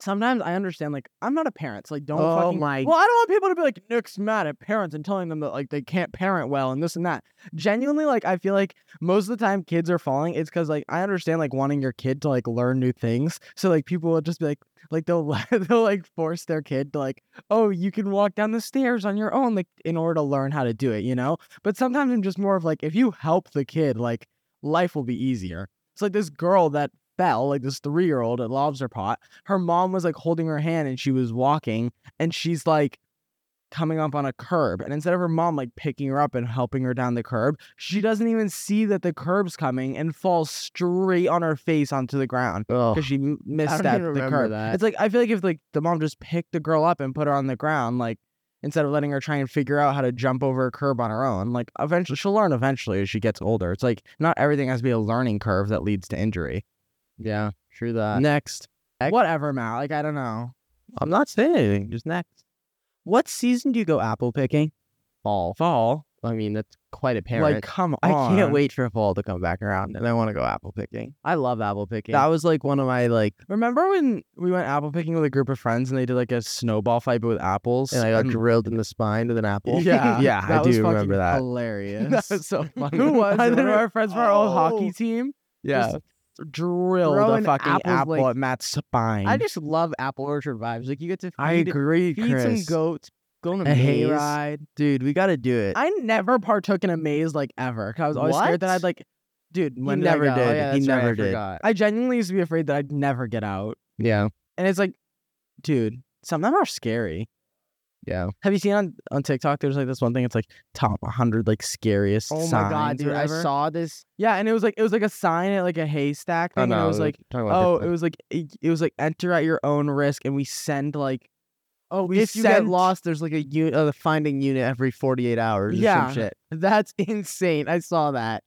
S2: Sometimes I understand like I'm not a parent, so like don't
S6: Oh
S2: fucking.
S6: my-
S2: Well, I don't want people to be like Nick's mad at parents and telling them that like they can't parent well and this and that. Genuinely, like I feel like most of the time kids are falling. It's because like I understand like wanting your kid to like learn new things. So like people will just be like like they'll they'll like force their kid to like oh you can walk down the stairs on your own like in order to learn how to do it you know. But sometimes I'm just more of like if you help the kid like life will be easier. It's like this girl that fell, like this three year old at Lobster Pot. Her mom was like holding her hand and she was walking and she's like coming up on a curb. And instead of her mom like picking her up and helping her down the curb, she doesn't even see that the curb's coming and falls straight on her face onto the ground
S1: Ugh.
S2: because she m- misstepped
S1: remember
S2: the curb.
S1: that.
S2: It's like I feel like if like the mom just picked the girl up and put her on the ground, like instead of letting her try and figure out how to jump over a curb on her own, like eventually she'll learn eventually as she gets older. It's like not everything has to be a learning curve that leads to injury.
S1: yeah, true that.
S2: Next.
S1: Next.
S2: Whatever, Matt. Like I don't know.
S6: Uh, I'm not saying anything. Just next. What season do you go apple picking?
S1: Fall.
S2: Fall.
S1: I mean, that's quite apparent.
S2: Like come
S6: I
S2: on.
S6: can't wait for fall to come back around, and I want to go apple picking.
S1: I love apple picking.
S6: That was like one of my like,
S2: Remember when we went apple picking with a group of friends and they did like a snowball fight but with apples?
S6: and I got
S2: And-
S6: drilled in the spine with an apple.
S2: Yeah,
S6: yeah, I
S2: that was
S6: do
S2: fucking
S6: remember that.
S2: Hilarious.
S6: That was so funny.
S2: Who was?
S6: I
S2: it? One of
S6: literally-
S2: our friends from our old
S1: Oh.
S2: hockey team.
S6: yeah,
S2: just drill
S1: Throwing
S2: the fucking
S1: apples,
S2: apple
S1: like-
S2: at Matt's spine.
S1: I just love apple orchard vibes. Like you get to feed,
S2: I agree,
S1: feed
S2: Chris.
S1: some goats, go on a,
S6: A haze.
S1: hayride.
S6: dude, we got to do it.
S2: I never partook in a maze like ever. 'cause I was always scared that
S1: What?
S2: I'd like, dude.
S6: You
S2: When did I
S6: never
S2: go?
S6: did.
S1: Oh, yeah,
S6: He
S1: that's right,
S6: never
S1: I
S6: did.
S1: forgot.
S2: I genuinely used to be afraid that I'd never get out,
S1: Yeah,
S2: and it's like, dude, some of them are scary.
S1: yeah.
S2: Have you seen on on TikTok? There's like this one thing. It's like top 100 like scariest.
S1: Oh my god,
S2: signs or
S1: dude! I
S2: whatever.
S1: saw this.
S6: Oh,
S2: Yeah, and it was like it was like a sign at like a haystack thing, and I was like, oh, it was like it, it was like enter at your own risk, and we send like, oh, we
S6: if you
S2: sent
S6: get lost, there's like a unit, uh, the finding unit every 48 hours. or
S2: Yeah.
S6: some shit.
S2: That's insane. I saw that.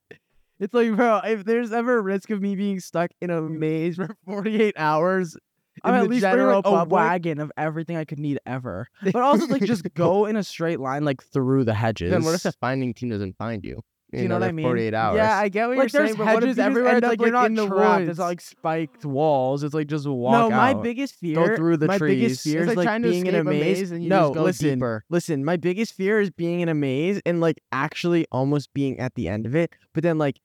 S2: It's like, bro, if there's ever a risk of me being stuck in a maze for 48 hours,
S6: I'm
S2: in
S6: at
S2: the
S6: least bringing,
S2: general
S6: like,
S2: a
S6: a
S2: wagon of everything I could need ever. But also, like, just go in a straight line, like through the hedges.
S1: Then what if the finding team doesn't find you?
S2: Do you know what I mean?
S1: Forty-eight hours.
S2: Yeah,
S1: I get what
S2: like there's hedges everywhere? It's like, you're not in the trapped. It's not like spiked walls. It's like just walk
S6: no, my
S2: out.
S6: biggest fear.
S2: go through the
S6: my
S2: trees.
S6: biggest
S1: It's
S6: fear is
S1: like
S6: like
S1: trying to
S6: being in a
S1: escape a
S6: maze.
S1: maze and you
S6: no,
S1: just go
S6: listen,
S1: deeper.
S6: listen. My biggest fear is being in a maze and like actually almost being at the end of it. But then like,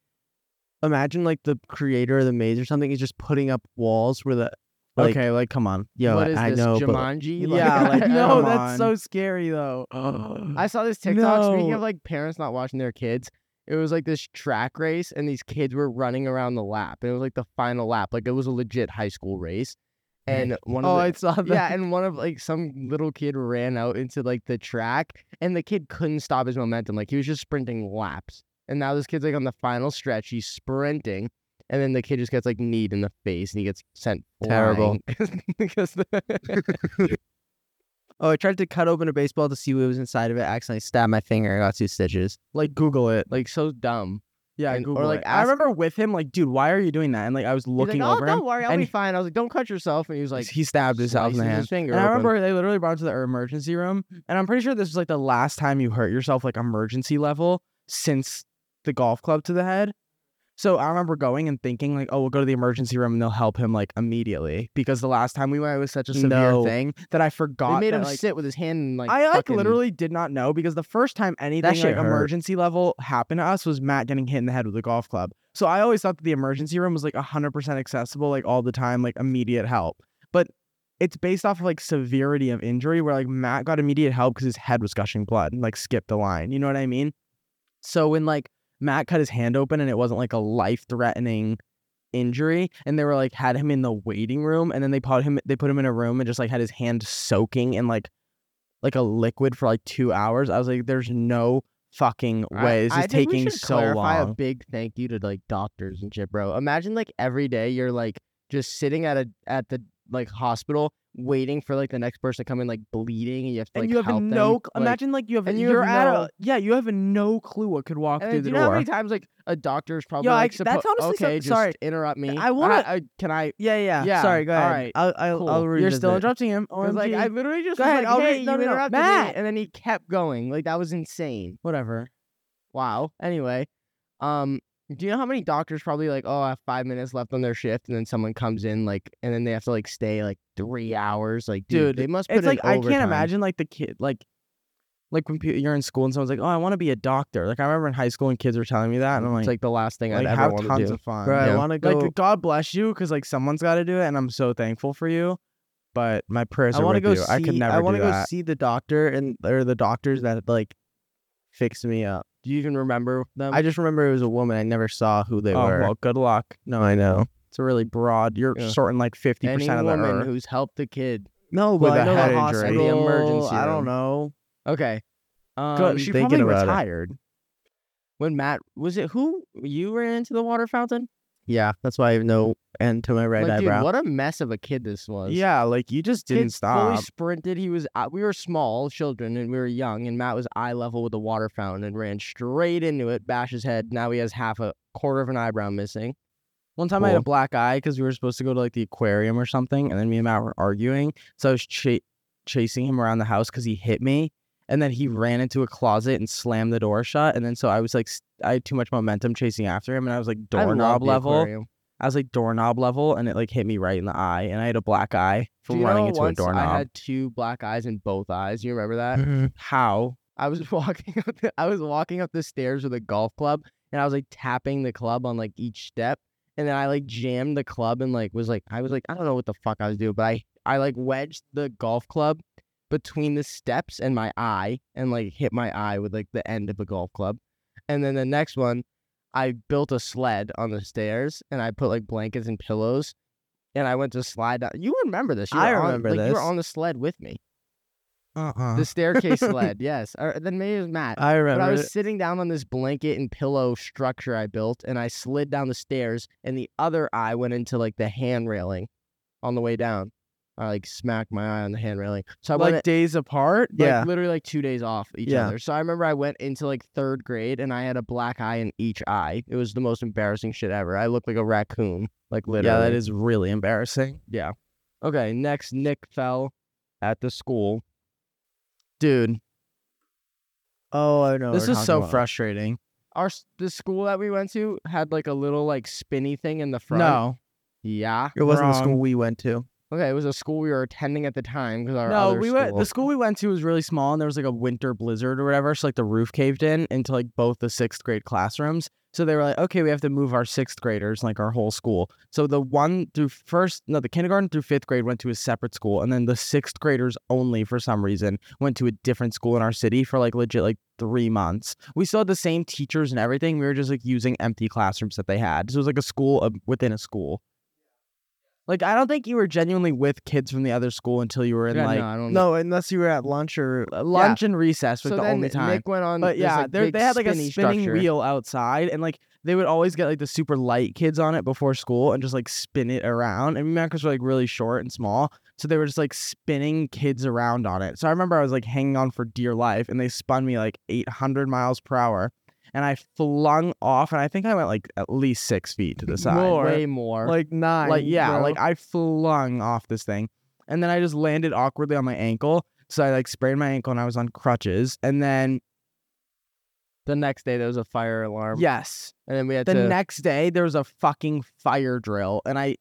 S6: imagine like the creator of the maze or something is just putting up walls where the like,
S2: okay, like come on.
S6: yo,
S1: what is
S6: I
S1: this,
S6: know, but like,
S1: Jumanji?
S2: Yeah, like,
S6: no,
S2: come
S6: that's
S2: on.
S6: so scary though.
S1: I saw this TikTok. Speaking
S2: No.
S1: of like parents not watching their kids, it was like this track race, and these kids were running around the lap, and it was like the final lap. Like it was a legit high school race, and one
S2: Oh,
S1: of the,
S2: I saw that.
S1: yeah, and one of like some little kid ran out into like the track, and the kid couldn't stop his momentum. Like he was just sprinting laps, and now this kid's like on the final stretch. He's sprinting, and then the kid just gets like kneed in the face, and he gets sent
S6: Terrible.
S1: flying. because the-
S6: Oh, I tried to cut open a baseball to see what was inside of it. I accidentally stabbed my finger. I got two stitches.
S2: Like Google it.
S1: like so dumb.
S2: Yeah,
S1: And- or,
S2: Google
S1: like,
S2: it. I
S1: ask-
S2: remember with him, like, dude, why are you doing that? And like, I was
S1: He's
S2: looking
S1: like, oh,
S2: over him.
S1: don't worry, I'll
S2: and
S1: be
S2: he-
S1: fine. I was like, don't cut yourself, and he was like,
S2: he stabbed himself in the
S1: slices
S2: hand.
S1: His finger
S2: And I
S1: open.
S2: remember they literally brought him to the emergency room, and I'm pretty sure this was like the last time you hurt yourself, like emergency level, since the golf club to the head. So I remember going and thinking like, oh, we'll go to the emergency room and they'll help him like immediately because the last time we went, it was such a severe
S6: No.
S2: thing that I forgot.
S1: they made
S2: that,
S1: him
S2: like,
S1: sit with his hand in like.
S2: I like
S1: fucking-
S2: literally did not know because the first time anything like
S6: shit hurt.
S2: emergency level happened to us was Matt getting hit in the head with a golf club. So I always thought that the emergency room was like 100% accessible, like all the time, like immediate help. But it's based off of like severity of injury where like Matt got immediate help because his head was gushing blood and like skipped the line. You know what I mean? So when like Matt cut his hand open and it wasn't like a life threatening injury and they were like had him in the waiting room and then they put him they put him in a room and just like had his hand soaking in like like a liquid for like two hours. I was like, there's no fucking
S1: I-
S2: way. This
S1: I
S2: is
S1: think we
S2: taking
S1: should
S2: so
S1: clarify
S2: long.
S1: A big thank you to like doctors and shit, bro. Imagine like every day you're like just sitting at a at the like hospital waiting for like the next person to come in like bleeding and you have to
S2: and
S1: like
S2: you have
S1: help
S2: no
S1: them.
S2: cl-
S1: like-
S2: imagine like you have
S1: and you have
S2: you're at
S1: no-
S2: a yeah you have no clue what could walk
S1: and
S2: through
S1: do
S2: the
S1: you know how
S2: door.
S1: many times like a doctor's probably
S2: I-
S1: like,
S2: that's honestly some-
S1: okay, just
S2: sorry.
S1: interrupt me.
S2: I wanna-
S1: I- I- can I
S2: yeah, yeah
S1: Yeah,
S2: Sorry, go ahead.
S1: alright,
S2: I'll, I'll,
S1: cool.
S2: I'll
S1: You're
S2: revisit
S1: still
S2: it.
S1: interrupting
S2: him.
S1: Because like I literally just
S2: Go
S1: was
S2: ahead,
S1: like,
S2: I'll
S1: hey,
S2: read- no,
S1: you
S2: no, no,
S1: interrupted
S2: Matt.
S1: me, and then he kept going. Like that was insane.
S2: whatever.
S1: Wow. Anyway, um, do you know how many doctors probably like, oh, I have five minutes left on their shift, and then someone comes in like, and then they have to like stay like three hours. Like,
S2: Dude,
S1: dude, they must. Put
S2: It's
S1: in
S2: like I can't
S1: overtime.
S2: imagine like the kid like like when pe- you're in school and someone's like, oh, I want to be a doctor. Like I remember in high school and kids were telling me that, and I'm like,
S1: It's like the last thing
S2: like
S1: I'd ever
S2: have
S1: want to
S2: tons
S1: do.
S2: of fun.
S6: Bro,
S1: Yeah.
S6: I want to go.
S2: Like God bless you, because like someone's got to do it, and I'm so thankful for you. But my prayers
S6: I
S2: are
S6: want to
S2: with
S6: go.
S2: you.
S6: See,
S2: I could never
S6: I want
S2: do
S6: to go
S2: that.
S6: see the doctor and or the doctors that like fixed me up.
S1: do you even remember them?
S6: I just remember it was a woman. I never saw who they
S2: oh
S6: were.
S2: well, good luck.
S6: no, I know.
S2: It's a really broad. You're
S1: Yeah.
S2: sorting like fifty
S1: Any
S2: percent of the
S1: woman
S2: earth.
S1: who's helped a kid.
S6: No,
S2: With
S6: but
S2: a
S6: I know
S2: head
S6: the
S2: injury.
S6: hospital.
S1: The emergency
S6: I
S1: room.
S6: don't know.
S1: Okay.
S2: Go-
S1: Um,
S2: she
S6: thinking
S2: probably
S6: about it.
S2: retired.
S1: when Matt was it who you ran into the water fountain?
S6: Yeah, that's why I have no end to my right
S1: like,
S6: eyebrow.
S1: dude, what a mess of a kid this was.
S2: Yeah, like you just didn't
S1: Kid
S2: stop.
S1: Fully sprinted. He was. out we were small children and we were young, and Matt was eye level with the water fountain and ran straight into it, bashed his head. Now he has half a quarter of an eyebrow missing.
S2: One time I had a
S1: Cool.
S2: black eye because we were supposed to go to like the aquarium or something, and then me and Matt were arguing. So I was cha- chasing him around the house because he hit me, and then he ran into a closet and slammed the door shut. And then so I was like, s- I had too much momentum chasing after him, and I was like
S1: I love
S2: doorknob
S1: the
S2: level.
S1: aquarium.
S2: I was like doorknob level, and it like hit me right in the eye, and I had a black eye
S1: Do
S2: from
S1: you
S2: running
S1: know
S2: into
S1: once
S2: a doorknob.
S1: I had two black eyes in both eyes. You remember that?
S2: How?
S1: I was walking up the, I was walking up the stairs with a golf club and I was like tapping the club on like each step and then I like jammed the club and like was like I was like I don't know what the fuck I was doing but I I like wedged the golf club between the steps and my eye and like hit my eye with like the end of a golf club and then the next one I built a sled on the stairs and I put like blankets and pillows and I went to slide down. You remember this? You
S6: I
S1: were on-
S6: remember
S1: like, You were
S6: this.
S1: on the sled with me.
S6: Uh uh
S1: The staircase sled, yes. Or then maybe it was Matt.
S6: I
S1: But
S6: remember.
S1: I was
S6: it.
S1: sitting down on this blanket and pillow structure I built, and I slid down the stairs, and the other eye went into like the hand railing on the way down. I like smacked my eye on the hand railing. So I
S2: like
S1: went
S2: days apart?
S1: like,
S6: yeah.
S1: literally like two days off each
S6: Yeah.
S1: other. So I remember I went into like third grade and I had a black eye in each eye. It was the most embarrassing shit ever. I looked like a raccoon, like literally.
S2: Yeah, that is really embarrassing.
S1: Yeah. Okay, next Nick fell at the school. Dude,
S6: Oh, I know.
S2: this
S6: we're
S2: is so
S6: talking about.
S2: frustrating.
S1: our s- the school that we went to had like a little like spinny thing in the front.
S2: No,
S1: Yeah.
S6: It wasn't the
S2: Wrong.
S6: school we went to.
S1: Okay, it was a school we were attending at the time because our
S2: no,
S1: other
S2: we
S1: school.
S2: went. The school we went to was really small, and there was like a winter blizzard or whatever. So like the roof caved in into like both the sixth grade classrooms. So they were like, okay, we have to move our sixth graders, like our whole school. So the one through first, no, the kindergarten through fifth grade went to a separate school, and then the sixth graders only, for some reason, went to a different school in our city for like legit like three months. We still had the same teachers and everything. We were just like using empty classrooms that they had. So it was like a school uh, within a school. Like I don't think you were genuinely with kids from the other school until you were in
S1: Yeah,
S2: like
S1: no, I don't know.
S6: No, unless you were at lunch or
S2: uh, lunch and recess
S1: So
S2: was the
S1: then
S2: only time.
S1: Nick went on.
S2: but
S1: this,
S2: yeah,
S1: like,
S2: there-
S1: big
S2: they had like a
S1: spinny
S2: spinning
S1: structure.
S2: wheel outside, and like they would always get like the super light kids on it before school and just like spin it around. And Mackers were like really short and small, so they were just like spinning kids around on it. So I remember I was like hanging on for dear life, and they spun me like 800 miles per hour, and I flung off, and I think I went like at least six feet to the side.
S6: More.
S1: way more.
S6: like nine.
S2: Like yeah,
S6: bro.
S2: like I flung off this thing, and then I just landed awkwardly on my ankle. So I like sprained my ankle and I was on crutches. And then
S1: the next day there was a fire alarm.
S2: yes,
S1: and then we had
S2: the
S1: to.
S2: next day there was a fucking fire drill, and I,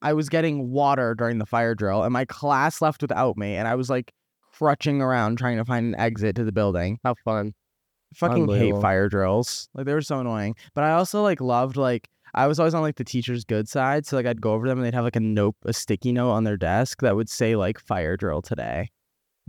S2: I was getting water during the fire drill, and my class left without me, and I was like crutching around trying to find an exit to the building.
S1: How fun!
S2: Fucking hate
S1: Unbelievable.
S2: fire drills. Like they were so annoying. But I also like loved like I was always on like the teacher's good side, so like I'd go over them and they'd have like a note, a sticky note on their desk that would say like fire drill today.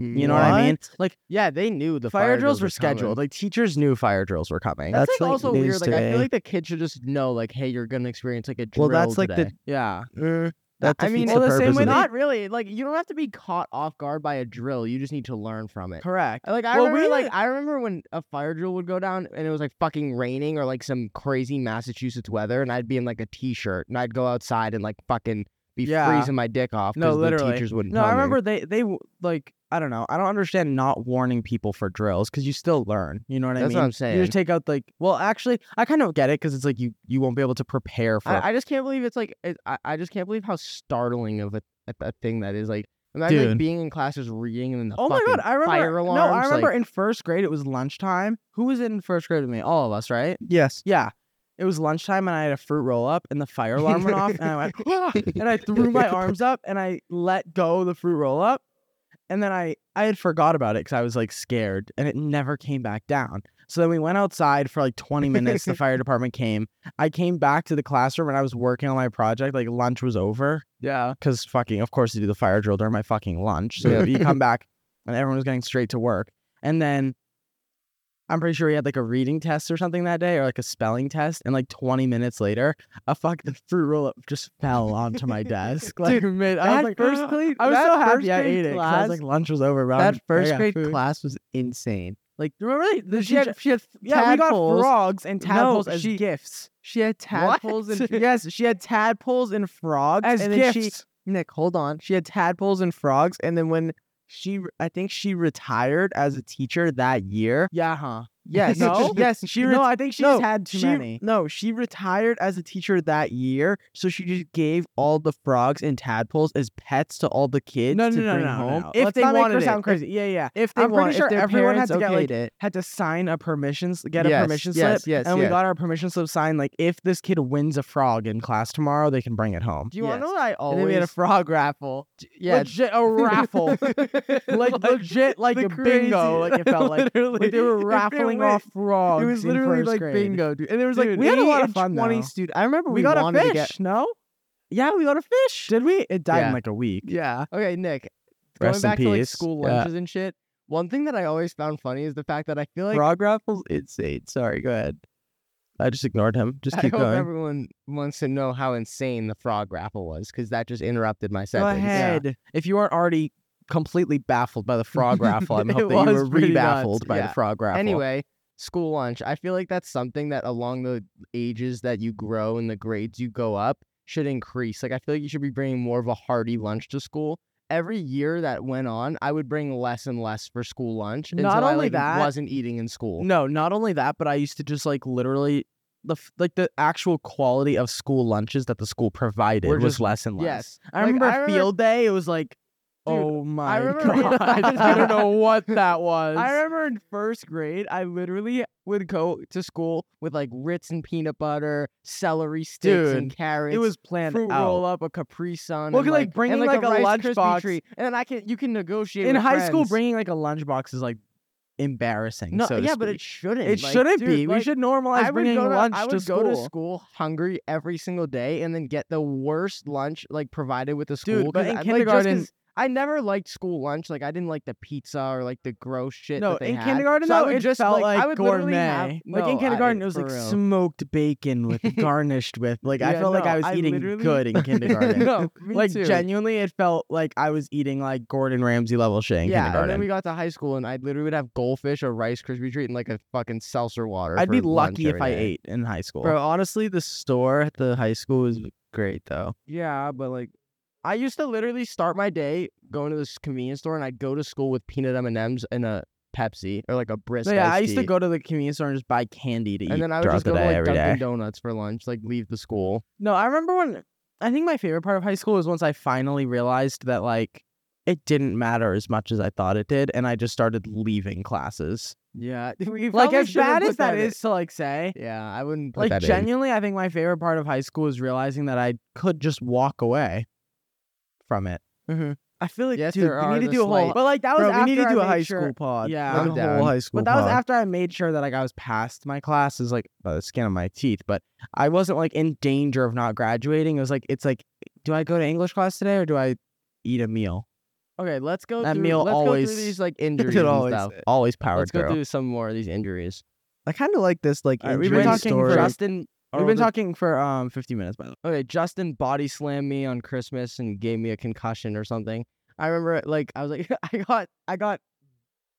S2: You know what, I mean? Like
S1: Yeah, they knew the
S2: fire, drills, were
S1: coming.
S2: scheduled. Like teachers knew fire drills were coming.
S1: That's,
S6: That's,
S1: like,
S6: like,
S1: also
S6: news
S1: weird. Like I
S6: today.
S1: feel like the kids should just know, like, hey, you're gonna experience like a drill.
S6: Well, that's like the-
S1: today.
S2: yeah.
S6: Mm, that
S1: I mean,
S6: defeats
S1: well,
S6: the,
S1: the
S6: purpose
S1: same way.
S6: of it.
S1: Not really. Like you don't have to be caught off guard by a drill. You just need to learn from it.
S2: Correct.
S1: Like I
S2: Well,
S1: remember,
S2: we
S1: like
S2: didn't-
S1: I remember when a fire drill would go down and it was like fucking raining or like some crazy Massachusetts weather, and I'd be in like a t-shirt and I'd go outside and like fucking be
S2: Yeah.
S1: freezing my dick off.
S2: No,
S1: 'cause
S2: literally.
S1: the teachers wouldn't.
S2: No,
S1: tell
S2: I
S1: me.
S2: remember they they w- like I don't know. I don't understand not warning people for drills because you still learn. You know what I
S1: That's
S2: mean?
S1: what I'm
S2: You
S1: saying.
S2: just take out like well, actually, I kind of get it because it's like you you won't be able to prepare for.
S1: I, I just can't believe it's like it, I, I just can't believe how startling of a, a, a thing that is. Like imagine like,
S2: Dude.
S1: being in class just reading and then the
S2: oh my
S1: fucking
S2: god, I remember.
S1: fire
S2: no,
S1: alarms.
S2: I remember
S1: Like,
S2: in first grade it was lunchtime. Who was in first grade with me? All of us, right?
S6: Yes.
S2: Yeah. It was lunchtime and I had a fruit roll up and the fire alarm went off and I went "Ah," and I threw my arms up and I let go of the fruit roll up and then I I had forgot about it cuz I was like scared and it never came back down. So then we went outside for like 20 minutes the fire department came. I came back to the classroom and I was working on my project like lunch was over
S6: Yeah.
S2: cuz fucking of course you do the fire drill during my fucking lunch. So you come back and everyone was getting straight to work. And then I'm pretty sure he had like a reading test or something that day, or like a spelling test. And like 20 minutes later, a fuck the fruit roll up just fell onto my desk. Like,
S6: Dude, man,
S2: I was
S6: that
S2: like,
S6: first
S2: "Ugh."
S6: grade,
S2: I was
S6: that
S2: so
S6: first
S2: happy I
S6: grade
S2: ate it. 'cause I
S6: Class,
S2: was like, lunch was over. But I was-
S6: that
S2: I
S6: first
S2: got
S6: grade
S2: food.
S6: class was insane. Like,
S2: Remember, like, the
S6: she had,
S2: teacher-
S6: she had
S2: yeah, we got
S6: tadpoles.
S2: frogs and
S6: No,
S2: tadpoles as
S6: she-
S2: gifts.
S6: She had tadpoles and
S2: yes, she had tadpoles and frogs
S6: As
S2: and then she-
S6: gifts. Nick, hold on. She had tadpoles and frogs, and then when she, I think she retired as a teacher that year.
S2: yeah, huh?
S6: Yes,
S2: No?
S6: yes, she.
S2: no,
S6: reti-
S2: I think she's
S6: no,
S2: had too
S6: she,
S2: many.
S6: No, she retired as a teacher that year, so she just gave all the frogs and tadpoles as pets to all the kids
S2: No,
S6: to
S2: no, no,
S6: bring
S2: no,
S6: home.
S2: no.
S6: If
S2: Let's
S6: they
S2: not make her
S6: wanted
S2: sound
S6: it,
S2: crazy. Yeah, yeah.
S6: if they
S2: I'm pretty
S6: want-
S2: sure
S6: if their
S2: everyone had
S6: parents
S2: to get, like,
S6: okayed it.
S2: had to sign a permission s- get
S1: Yes,
S2: a permission
S1: yes,
S2: slip
S1: yes,
S2: and we
S1: yes.
S2: got our permission slip signed like if this kid wins a frog in class tomorrow they can bring it home
S1: do you want to
S6: Yes.
S1: know what I
S6: And then we had a
S1: always?
S6: frog raffle.
S1: Yeah,
S2: legit a raffle like, legit like
S6: the
S2: a bingo
S6: crazy-
S2: like it felt like,
S6: literally,
S2: like they were
S6: if it
S2: raffling
S6: were-
S2: off frogs
S6: It was
S2: in
S6: literally
S2: first
S6: like
S2: grade.
S6: bingo, dude. And there was like
S2: Dude, we had a lot of
S6: and
S2: fun,
S6: Twenty
S2: though.
S6: students. I remember
S2: we,
S6: we,
S2: got a
S6: wanted
S2: fish
S6: to get.
S2: no yeah we got a fish did we it died
S1: Yeah.
S2: in like a week
S6: Yeah.
S1: Okay, Nick.
S2: Rest in
S1: going back to like
S2: peace.
S1: school
S2: Yeah.
S1: lunches and shit. One thing that I always found funny is the fact that I feel like
S6: frog raffles insane. Sorry, go ahead.
S2: i just ignored him just
S1: I
S2: keep
S1: hope
S2: going
S1: everyone wants to know how insane the frog raffle was because that just interrupted my
S2: go
S1: sentence.
S2: ahead if you aren't already completely baffled by the frog raffle i'm
S6: It
S2: hoping you
S6: was
S2: were
S6: pretty nuts,
S2: re-baffled by
S1: yeah.
S2: the frog raffle
S1: Anyway, school lunch. I feel like that's something that along the ages that you grow and the grades you go up should increase. Like I feel like you should be bringing more of a hearty lunch to school. Every year that went on, I would bring less and less for school lunch. Until
S2: Not
S1: I,
S2: only
S1: like,
S2: that-
S1: wasn't eating in school.
S2: No, not only that, but I used to just like literally the f- like the actual quality of school lunches that the school provided
S1: Were
S2: was
S1: just-
S2: less and less.
S1: Yes,
S2: I,
S1: Like,
S2: remember
S1: I remember-
S2: field day. It was like,
S1: Dude,
S2: oh my
S1: remember-
S2: god, I don't know what that was.
S6: I remember in first grade, I literally would go to school.
S1: with like Ritz and peanut butter, celery sticks and
S2: Dude,
S1: carrots.
S2: it was planned
S1: fruit
S2: out.
S1: roll up, a Capri Sun.
S2: Well,
S1: and,
S2: could, like,
S1: like,
S2: bringing,
S1: and, like,
S2: like, a
S1: Rice
S2: lunch
S1: Krispie
S2: box-
S1: treat, and then I can you can negotiate
S2: in
S1: with
S2: high school.
S1: friends.
S2: Bringing like a lunchbox is like embarrassing.
S1: No,
S2: so to
S1: yeah, but it
S2: speak.
S1: shouldn't.
S2: it
S1: like,
S2: shouldn't
S1: dude,
S2: be. we
S1: like,
S2: should normalize
S1: I would
S2: bringing
S1: go to,
S2: lunch
S1: I would
S2: to school.
S1: go to school hungry every single day and then get the worst lunch like provided with the school.
S2: Dude, but in
S1: 'cause I, like, just
S2: kindergarten-
S1: 'cause I never liked school lunch. Like I didn't like the pizza or like the gross shit.
S2: No,
S1: that they
S2: in
S1: had.
S2: kindergarten
S1: so I
S2: though,
S1: would
S2: it
S1: just
S2: felt
S1: like,
S2: like,
S1: I would literally
S2: gourmet.
S1: have-
S2: like
S1: no,
S2: in
S1: I-
S2: kindergarten, it was
S1: for
S2: like
S1: real.
S2: smoked bacon with garnished with. Like I
S6: Yeah,
S2: felt like
S6: no,
S2: I was
S6: I
S2: eating
S6: literally-
S2: good in kindergarten.
S6: no, me
S2: like
S6: too.
S2: genuinely, it felt like I was eating like Gordon Ramsay level shit in
S1: yeah, and then
S2: kindergarten.
S1: we got to high school, and I literally would have goldfish or Rice Krispie treat and like a fucking seltzer water.
S2: I'd be
S1: for lunch
S2: lucky if
S1: every
S2: I
S1: day.
S2: ate in high school.
S6: Bro, honestly, the store at the high school was great though.
S1: Yeah, but like, I used to literally start my day going to this convenience store, and I'd go to school with peanut M and M's and a Pepsi or like a brisk.
S2: So, yeah,
S1: iced
S2: I used to
S1: tea.
S2: go to the convenience store and just buy candy to eat
S1: and then I would
S2: throughout
S1: just
S2: the
S1: go to
S2: day
S1: like
S2: every
S1: Dunkin'
S2: day.
S1: Donuts for lunch, like leave the school.
S2: No, I remember when I think my favorite part of high school was once I finally realized that like it didn't matter as much as I thought it did, and I just started leaving classes.
S1: Yeah,
S2: like as bad as that is to like say
S1: Yeah, I wouldn't put
S2: like
S1: that in.
S2: genuinely i think my favorite part of high school is realizing that i could just walk away from it
S6: I feel like
S1: Mm-hmm. Yes,
S6: dude,
S1: there
S6: we
S1: are
S6: need
S1: the
S6: to do a
S1: slight-
S6: whole.
S2: but like that was
S6: Bro,
S2: after
S6: we need to
S2: I
S6: do a
S2: made
S6: high
S2: sure-
S6: school pod.
S2: Yeah.
S6: like
S1: I'm
S6: a
S1: down.
S6: whole high school.
S2: but that was
S6: pod.
S2: after i made sure that like i was past my classes like by the skin of my teeth but i wasn't like in danger of not graduating it was like it's like do i go to english class today or do i eat a meal
S1: Okay, let's go.
S2: That
S1: through,
S2: meal
S1: let's go
S2: always-
S1: through these like injuries
S6: It
S1: and
S6: always
S1: stuff.
S6: it always powered
S1: Let's go
S6: through.
S1: through some more of these injuries.
S6: I kind of like this like
S2: All right, we've
S6: injury
S2: been talking
S6: story.
S2: for
S1: Justin.
S2: We've been
S1: talking.
S2: talking for um 50 minutes by the way.
S1: Oh, Okay, Justin body slammed me on Christmas and gave me a concussion or something. I remember like I was like I got I got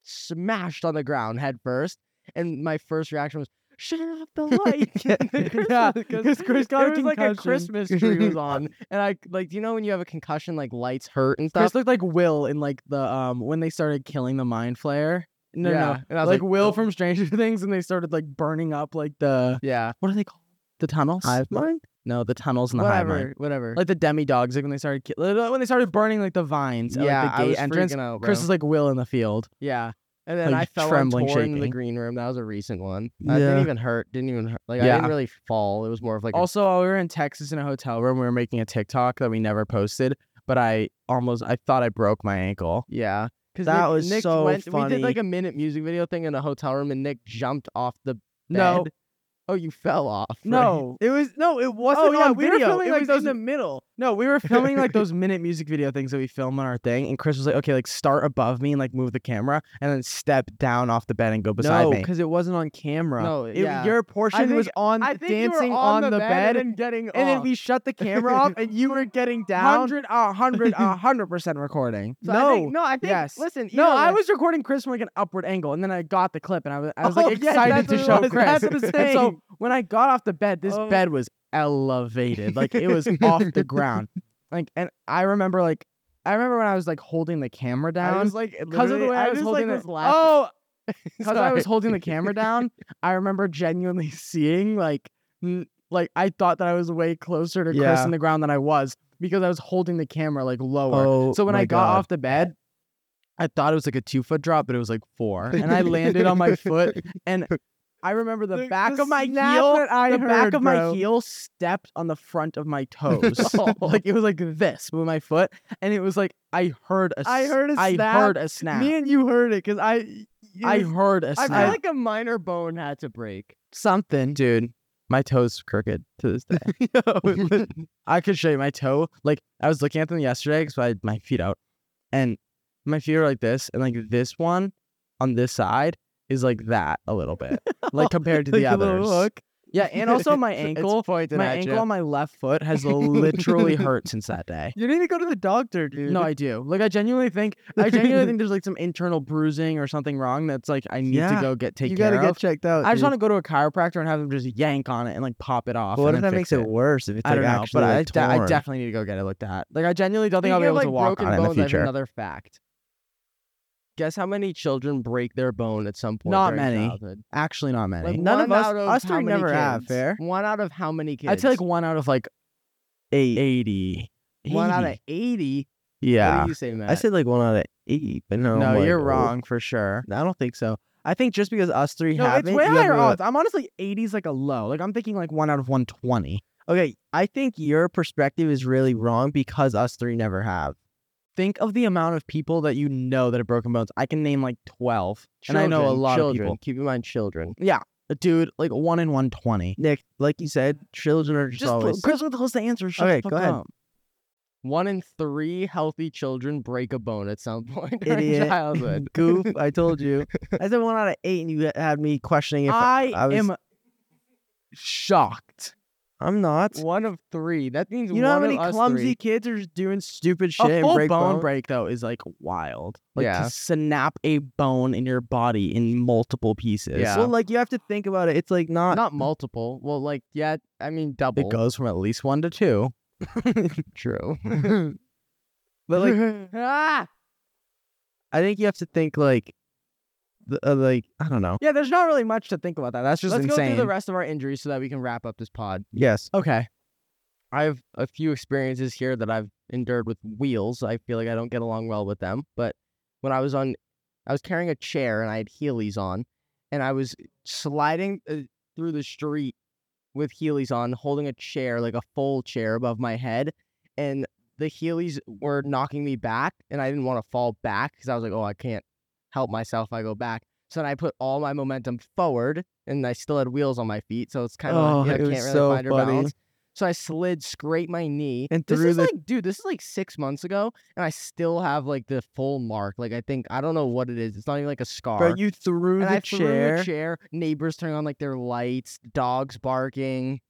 S1: smashed on the ground head first, and my first reaction was shut off the light.
S2: Yeah, 'cause
S1: because
S2: Chris got a
S1: it was like a
S2: concussion.
S1: Christmas tree was on, and I like you know when you have a concussion like lights hurt and stuff.
S2: Chris looked like Will in like the um when they started killing the mind flayer. No,
S1: yeah.
S2: no,
S1: and I was "Oh,
S2: like,
S6: "Oh."
S2: Will from Stranger Things, and they started like burning up like the
S1: yeah,
S2: what are they called? The tunnels.
S6: Hive mind?
S2: No, the tunnels in the hive mind.
S1: whatever, whatever.
S2: Like the demi dogs, like when they started ki- when they started burning like the vines at
S1: yeah,
S2: like, the
S1: I
S2: gate
S1: was
S2: entrance.
S1: freaking out,
S2: Chris
S1: bro.
S2: is like Will in the field.
S1: Yeah. And then
S2: Like,
S1: I fell
S2: trembling,
S1: on Tor in the
S2: shaking.
S1: green room. That was a recent one. That didn't
S6: Yeah.
S1: even hurt. Didn't even hurt. Like I
S2: Yeah.
S1: didn't really fall. It was more of like a-
S2: Also, while we were in Texas in a hotel room, we were making a TikTok that we never posted, but I almost I thought I broke my ankle.
S1: yeah. Because
S6: That
S1: Nick,
S6: was
S1: Nick
S6: so
S1: went, We did like
S6: funny.
S1: a minute music video thing in a hotel room, and Nick jumped off the bed.
S2: No.
S1: Oh, you fell off. right?
S2: No, oh,
S6: It was no, it wasn't
S1: Oh,
S2: yeah,
S6: on
S2: we were
S6: video.
S2: filming,
S6: it
S2: like,
S6: was
S2: those-
S6: in the middle.
S2: no, we were filming like those minute music video things that we film on our thing, and Chris was like, "Okay, like start above me and like move the camera, and then step down off the bed and go beside
S6: no,
S2: me."
S6: because it wasn't on camera.
S1: No,
S6: It-
S1: yeah.
S6: your portion was
S1: think-
S6: on
S1: I think you were
S6: dancing
S1: on,
S6: the, bed,
S1: and getting
S6: and then
S1: off.
S6: we shut the camera off, and you were getting down.
S2: Hundred, a hundred, a hundred percent recording.
S1: So
S6: no,
S1: I think, no, I think.
S2: yes.
S1: Listen,
S2: No,
S1: either
S2: I
S1: way-
S2: was recording Chris from like an upward angle, and then I got the clip, and I was, I was
S6: Oh,
S2: like
S6: yeah,
S2: excited
S6: that's
S2: to
S6: what it
S2: show
S6: was.
S2: Chris.
S6: That's the
S2: And so
S6: thing.
S2: when I got off the bed, this
S6: Oh.
S2: bed was elevated, like it was off the ground. Like, and I remember, like, I remember when I was like holding the camera
S1: I
S2: down
S1: was like,
S2: because of the
S1: literally-
S2: way I, was
S1: just,
S2: holding
S1: like,
S2: the
S1: was laughing.
S2: oh, because I
S1: Sorry.
S2: was holding the camera down. I remember genuinely seeing like, n- like I thought that I was way closer to Chris
S6: Yeah.
S2: in the ground than I was because I was holding the camera like lower.
S6: Oh,
S2: So when
S6: my
S2: I got
S6: God.
S2: off the bed, I thought it was like a two foot drop, but it was like four, and I landed on my foot, and I remember the,
S6: The-
S2: back
S6: the
S2: of my
S6: snap
S2: heel,
S6: that I
S2: the back
S6: heard,
S2: of my
S6: bro.
S2: heel stepped on the front of my toes, like it was like this with my foot, and it was like I heard a,
S6: I
S2: s-
S6: heard a
S2: I
S6: snap.
S2: heard a snap,
S6: me and you heard it because I,
S2: I heard a
S1: I
S2: snap,
S1: feel like a minor bone had to break.
S2: something, dude. My toes crooked to this day.
S6: I
S2: I could show you my toe. Like I was looking at them yesterday because I had my feet out, and my feet are like this, and like this one on this side is like that a little bit, like compared to the
S6: Like a little
S2: others.
S6: hook.
S2: Yeah, and also my
S1: It's
S2: ankle,
S1: pointed
S2: my
S1: at you.
S2: ankle on my left foot has literally hurt since that day.
S6: you need to go to the doctor, dude.
S2: No, I do. Like I genuinely think, I genuinely think there's like some internal bruising or something wrong that's like I need to
S6: Yeah,
S2: go get taken
S6: you gotta
S2: care
S6: get
S2: of.
S6: checked out.
S2: I just
S6: dude.
S2: want to go to a chiropractor and have them just yank on it and like pop it off.
S6: But what
S2: and
S6: if
S2: then
S6: that makes
S2: fix
S6: it worse? If it's
S2: I
S6: like
S2: don't know,
S6: actually
S2: but I,
S6: like,
S2: de- I
S6: torn?
S2: definitely need to go get it looked at. Like I genuinely don't think I'll be
S1: Speaking
S2: able
S1: of,
S2: to
S1: like,
S2: walk
S1: broken
S2: on it in
S1: bones,
S2: the
S1: I have
S2: future.
S1: another fact. Guess how many children break their bone at some point?
S2: Not
S1: during
S2: many.
S1: childhood?
S2: Actually, not
S1: Like
S2: many.
S6: None
S1: one
S6: of us-
S1: out of
S6: us
S1: how
S6: three
S1: many
S6: never
S1: kids?
S6: have, fair?
S1: One out of how many kids?
S2: I'd say like one out of like eight, eighty.
S1: one out of
S2: 80.
S1: eighty. What
S6: Yeah,
S1: do you say, Matt?
S6: I said like one out of eight, but no. I'm
S2: No,
S6: like,
S2: you're
S6: oh,
S2: wrong for sure.
S6: I don't think so. I think just because us three
S2: No,
S6: have
S2: it's
S6: it,
S2: way
S6: you have
S2: higher
S6: to-
S2: odds. I'm honestly 80s like a low. Like I'm thinking like one out of 120.
S6: Okay, I think your perspective is really wrong because us three never have.
S2: Think of the amount of people that you know that have broken bones. I can name like 12, and I know a
S1: Children,
S2: lot
S1: children.
S2: of
S1: Keep in mind, children.
S2: people. Dude, like one in 120.
S6: Nick, like you said, children are just,
S2: Just
S6: always.
S2: Chris will tell us the answer. Shut
S6: Okay,
S2: the fuck
S6: go ahead.
S2: up.
S1: One in three healthy children break a bone at some point during
S6: Idiot.
S1: childhood.
S6: Goof, I told you. I said one out of eight, and you had me questioning if
S2: I,
S6: I was-
S2: am shocked.
S6: I'm not.
S1: One of three. That means
S6: You know how
S1: one of
S6: many
S1: us
S6: clumsy
S1: three-
S6: kids are just doing stupid shit
S2: a
S6: and
S2: full
S6: break
S2: bone
S6: bones?
S2: break though is like wild. Like
S1: Yeah.
S2: to snap a bone in your body in multiple pieces.
S1: Yeah.
S6: Well, like you have to think about it. It's like not.
S1: Not multiple. Well, like yeah, I mean double.
S2: It goes from at least one to two.
S1: True.
S6: but like
S1: ah!
S6: I think you have to think like, the, uh, like I don't know.
S2: Yeah, there's not really much to think about that. That's just
S1: Let's go
S2: insane.
S1: through the rest of our injuries so that we can wrap up this pod.
S6: Yes.
S2: okay.
S1: I have a few experiences here that I've endured with wheels. I feel like I don't get along well with them. But when I was on, I was carrying a chair and I had Heelys on, and I was sliding uh, through the street with Heelys on, holding a chair, like a full chair above my head. And the Heelys were knocking me back, and I didn't want to fall back because I was like, oh, I can't help myself. if I go back. So then I put all my momentum forward, and I still had wheels on my feet. So it's kind of,
S6: Oh,
S1: like, yeah,
S6: it
S1: I
S6: was
S1: can't really
S6: so
S1: find your
S6: funny.
S1: balance. So I slid, scraped my knee,
S2: And
S1: this
S2: through
S1: is
S2: the-
S1: like, dude, this is like six months ago, and I still have like the full mark. Like I think I don't know what it is. It's not even like a scar.
S2: Bro, you threw
S1: and
S2: the
S1: I
S2: chair.
S1: threw a chair. Neighbors turning on like their lights, dogs barking.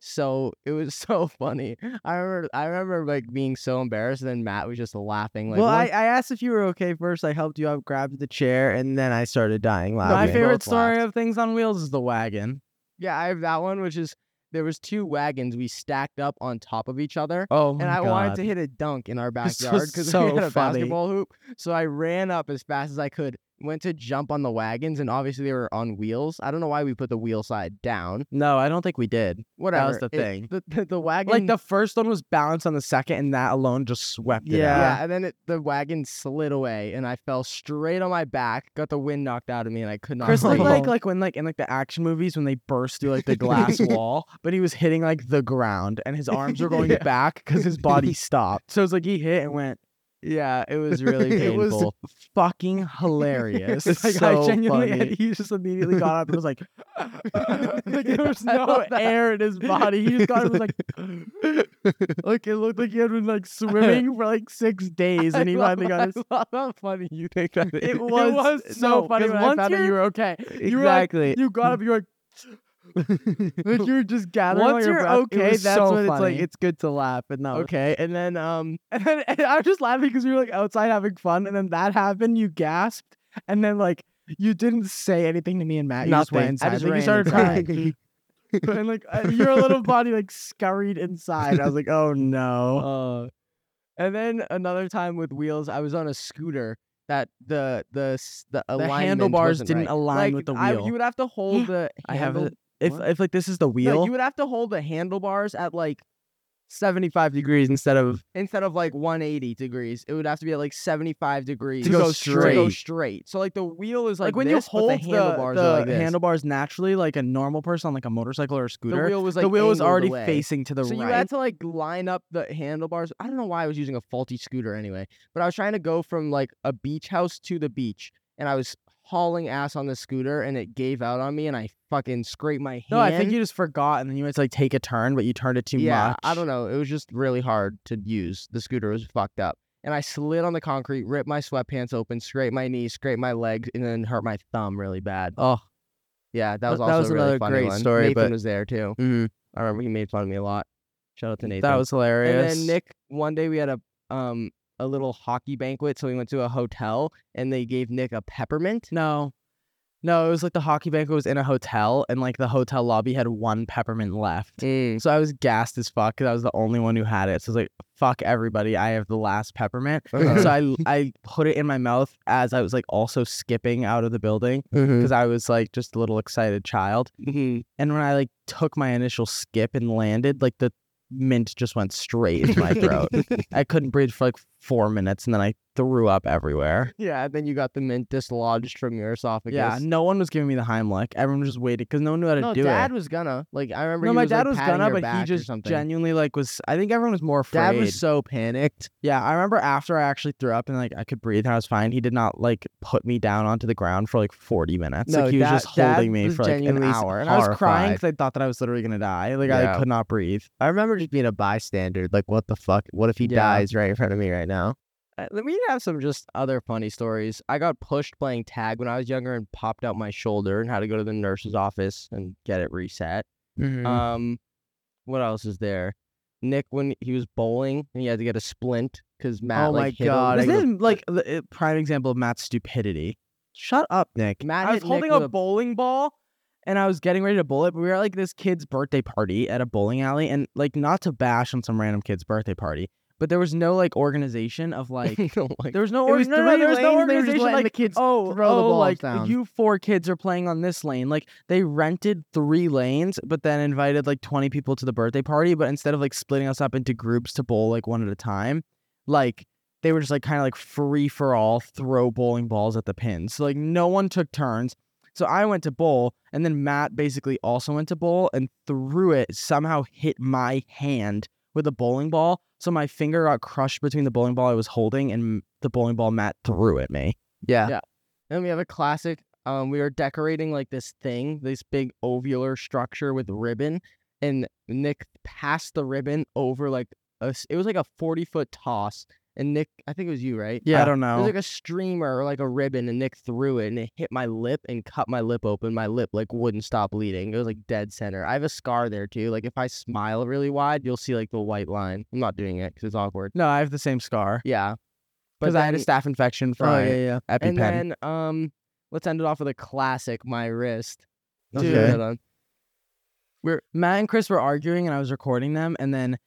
S1: So it was so funny. I remember, I remember like being so embarrassed, and then Matt was just laughing. Like,
S2: well,
S1: one-
S2: I, I asked if you were okay first. I helped you up, grabbed the chair, and then I started dying laughing.
S1: My
S2: My
S1: we
S2: favorite
S1: both
S2: story
S1: laughed.
S2: of things on wheels is the wagon.
S1: yeah, I have that one, which is there was two wagons we stacked up on top of each other.
S2: Oh
S1: and I wanted to hit a dunk in our
S2: This was
S1: backyard because
S2: so
S1: we had a
S2: funny.
S1: basketball hoop. So I ran up as fast as I could, went to jump on the wagons, and obviously they were on wheels. I don't know why we put the wheel side down.
S2: No, I don't think we did.
S1: Whatever.
S2: the
S1: It-
S2: thing.
S1: the, the, the wagon.
S2: Like the first one was balanced on the second, and that alone just swept it.
S1: yeah.
S2: out.
S1: and then it, the wagon slid away, and I fell straight on my back, got the wind knocked out of me, and I could not.
S2: Chris looked
S1: breathe.
S2: like like when like in like the action movies when they burst through like the glass wall, but he was hitting like the ground and his arms were going
S1: Yeah.
S2: back because his body stopped. So it's like he hit and went.
S1: yeah, it was really
S2: it
S1: painful.
S2: was fucking hilarious.
S1: It's
S2: like I
S1: so
S2: genuinely,
S1: funny.
S2: he just immediately got up and was like, like there was
S1: I
S2: no
S1: love that.
S2: air in his body. He just got up and was like, like it looked like he had been like swimming for like six days, and he finally got his.
S1: I love how funny you think that is.
S2: It was, so
S1: no,
S2: funny
S1: 'cause
S2: when I
S1: once
S2: found out
S1: you're-
S2: you were okay. You were like,
S1: Exactly.
S2: you got up, you were like, you were just gathering. all
S1: Once
S2: your
S1: you're
S2: breath. It
S1: okay,
S2: was
S1: that's
S2: so
S1: when it's like,
S2: funny.
S1: it's
S2: good to laugh, but no. Okay.
S1: okay, and then um,
S2: And then and I was just laughing because we were like outside having fun, and then that happened. You gasped, and then like you didn't say anything to me and Matt. You just went inside.
S1: Nothing. I just
S2: Like, you
S1: ran
S2: started crying. and like uh, your little body like scurried inside. I was like, oh no.
S1: Uh, and then another time with wheels, I was on a scooter that the the s- the, alignment
S2: handlebars
S1: wasn't
S2: didn't
S1: right.
S2: align
S1: Like,
S2: with the
S1: I-
S2: wheel.
S1: you would have to hold the.
S2: I have
S1: handle-
S2: it. If
S1: what?
S2: if like this is the
S1: No,
S2: wheel.
S1: you would have to hold the handlebars at like
S2: 75 degrees instead of
S1: instead of like 180 degrees. It would have to be at like 75 degrees
S2: go
S1: To go
S2: straight.
S1: straight. So like the wheel is
S2: like,
S1: like,
S2: when
S1: this,
S2: you
S1: but
S2: hold
S1: the handlebars are like this.
S2: handlebars naturally like a normal person on like a motorcycle or a scooter
S1: the wheel was like
S2: the wheel was
S1: angled
S2: already
S1: away.
S2: facing to the
S1: so
S2: right
S1: you had to like line up the handlebars. I don't know why I was using a faulty scooter anyway, but I was trying to go from like a beach house to the beach, and I was hauling ass on the scooter, and it gave out on me, and I fucking scraped my hand.
S2: no i think you just forgot and then you had to like take a turn but you turned it too
S1: yeah,
S2: much
S1: I don't know. It was just really hard to use. The scooter was fucked up, and I slid on the concrete, ripped my sweatpants open, scraped my knee, scraped my leg, and then hurt my thumb really bad.
S2: oh
S1: Yeah, that
S2: Th-
S1: was
S2: that
S1: also
S2: was
S1: a really
S2: another
S1: funny
S2: great
S1: one.
S2: story,
S1: Nathan
S2: but-
S1: was there too.
S2: Mhm.
S1: I remember he made fun of me a lot. Shout out to Nathan.
S2: that was hilarious
S1: And then Nick, one day we had a um a little hockey banquet, so we went to a hotel and they gave Nick a peppermint.
S2: no no it was like the hockey banquet was in a hotel and like the hotel lobby had one peppermint left
S1: Mm.
S2: so i was gassed as fuck because i was the only one who had it so i was like fuck everybody i have the last peppermint
S1: Uh-huh.
S2: so i i put it in my mouth as i was like also skipping out of the building
S1: mm-hmm.
S2: because
S1: Mm.
S2: I was like just a little excited child. And when I like took my initial skip and landed, like the mint just went straight into my throat. I couldn't breathe for like four minutes and then I threw up everywhere.
S1: Yeah, and then you got the mint dislodged from your esophagus.
S2: Yeah, no one was giving me the Heimlich. Everyone was just waiting because no one knew how to
S1: no,
S2: do
S1: Dad
S2: it.
S1: was gonna like. I remember.
S2: no,
S1: he
S2: my
S1: was,
S2: dad
S1: like,
S2: was
S1: patting
S2: gonna,
S1: your
S2: but he
S1: back or
S2: just
S1: something.
S2: genuinely like was. I think everyone was more afraid.
S1: Dad was so panicked.
S2: Yeah, I remember after I actually threw up and like I could breathe and I was fine. He did not like put me down onto the ground for like forty minutes.
S1: no,
S2: like he was
S1: Dad-
S2: just
S1: Dad
S2: holding me
S1: was
S2: for like an
S1: genuinely s-
S2: hour, and I was crying
S1: horrified.
S2: because I thought that I was literally gonna die. Like I
S1: Yeah.
S2: could not breathe.
S1: I remember just being a bystander. Like, what the fuck? What if he
S2: dies
S1: right in front of me right now? We Uh, have some just other funny stories. I got pushed playing tag when I was younger and popped out my shoulder and had to go to the nurse's office and get it reset. Um, what else is there? Nick when he was bowling and he had to get a splint because Matt
S2: oh
S1: like
S2: my
S1: hit him
S2: god!
S1: with
S2: This
S1: a-
S2: is like a prime example of Matt's stupidity. Shut up, Nick.
S1: Matt
S2: I was
S1: hit Nick
S2: holding
S1: with
S2: a bowling ball and I was getting ready to bowl it. But we were at like this kid's birthday party at a bowling alley, and like not to bash on some random kid's birthday party, but there was no like organization of like
S1: Oh my
S2: there was no
S1: It was
S2: organ- no, no,
S1: three
S2: there was no
S1: lanes, they were just
S2: organization
S1: letting
S2: like
S1: the kids
S2: oh
S1: throw the
S2: oh,
S1: balls
S2: like
S1: down.
S2: you four kids are playing on this lane like they rented three lanes but then invited like 20 people to the birthday party but instead of like splitting us up into groups to bowl like one at a time like they were just like kind of like free for all throw bowling balls at the pins so like no one took turns so I went to bowl, and then Matt basically also went to bowl and threw it, somehow hit my hand with a bowling ball. So my finger got crushed between the bowling ball I was holding and the bowling ball Matt threw at me.
S1: Yeah. Then we have a classic. Um, we were decorating like this thing, this big ovular structure with ribbon, and Nick passed the ribbon over like a, s- it was like a 40 foot toss. And Nick, I think it was you, right?
S2: I don't
S1: It was
S2: know.
S1: like a streamer or like a ribbon, and Nick threw it, and it hit my lip and cut my lip open. My lip like wouldn't stop bleeding. It was like dead center. I have a scar there too. Like if I smile really wide, you'll see like the white line. I'm not doing it because it's awkward.
S2: no, I have the same scar
S1: Yeah,
S2: because I had a
S1: then-
S2: staph infection from
S1: Oh,
S2: yeah, yeah. EpiPen.
S1: And then um, let's end it off with a classic. My wrist.
S6: Okay.
S1: Dude, hold on.
S2: we're Matt and Chris were arguing, and I was recording them, and then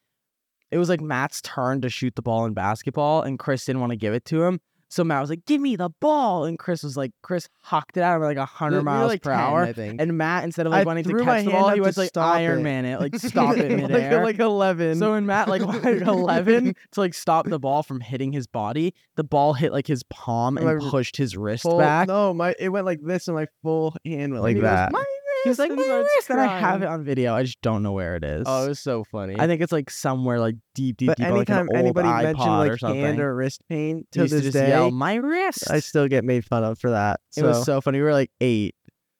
S2: it was like Matt's turn to shoot the ball in basketball, and Chris didn't want to give it to him. So Matt was like, "Give me the ball," and Chris was like, "Chris hocked it out of like
S1: We- we
S2: hundred
S1: were,
S2: miles
S1: like
S2: per
S1: 10,
S2: hour."
S1: I think.
S2: And Matt, instead of like
S6: I
S2: wanting to
S6: threw my
S2: catch the
S6: hand
S2: ball,
S6: up
S2: he
S6: to
S2: was like
S6: stop
S2: Iron
S6: it.
S2: Man it, like stop it
S6: Like-
S2: midair.
S6: like eleven.
S2: So when Matt like wanted eleven to like stop the ball from hitting his body, the ball hit like his palm and
S6: Remember-
S2: pushed his wrist
S6: Oh, Full-
S2: back.
S6: No, my it went like this, and my full hand
S1: And
S6: went like
S1: he goes,
S6: that.
S1: "My
S2: He was like,
S1: wrist,"
S2: "My
S1: and starts
S2: wrist," and I have
S1: crying.
S2: it on video. I just don't know where it is.
S1: Oh, it was so funny.
S2: I think it's like somewhere like deep, deep,
S6: but
S2: deep, on,
S6: anytime
S2: like an old
S6: anybody
S2: iPod
S6: mentioned
S2: or
S6: like
S2: something.
S6: hand or wrist pain,
S2: he
S6: to
S2: used
S6: this
S2: just
S6: day,
S2: yell, "My wrist!"
S6: I still get made fun of for that.
S2: it was
S6: so-
S2: so funny. We were like eight.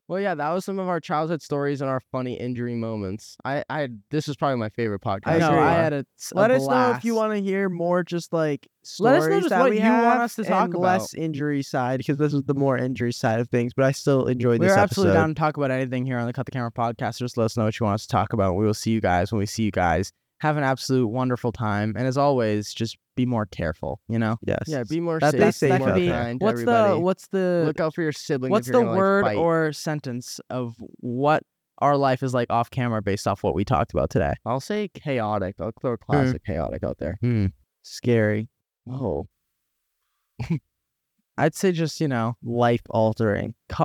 S1: Well, yeah, that was some of our childhood stories and our funny injury moments. I, I, this is probably my favorite podcast.
S6: I
S2: know.
S6: agree.
S2: I had a, s- a
S6: Let us know if
S2: blast.
S6: you want to hear more, just like
S2: Let us
S6: stories
S2: know just
S6: that
S2: what
S6: we
S2: you want
S6: have
S2: us to
S6: and
S2: talk about.
S6: Less injury side because this was the more injury side of things. But I still enjoyed this
S2: We're
S6: episode.
S2: absolutely down to talk about anything here on the Cut the Camera podcast. Just let us know what you want us to talk about. We will see you guys when we see you guys. Have an absolute wonderful time, and as always, just be more careful. You know.
S6: Yes.
S1: yeah, be more
S6: That
S1: safe.
S6: they
S1: Be
S6: say
S1: more
S6: about that.
S1: kind to
S2: What's
S1: everybody.
S2: the What's the
S1: Look out for your sibling.
S2: What's
S1: if
S2: the
S1: you're gonna, like,
S2: word
S1: fight.
S2: or sentence of what our life is like off camera based off what we talked about today?
S1: I'll say chaotic. I'll throw a
S6: Hmm.
S1: classic chaotic out there.
S6: scary,
S1: Oh,
S2: I'd say just you know
S6: life altering.
S1: oh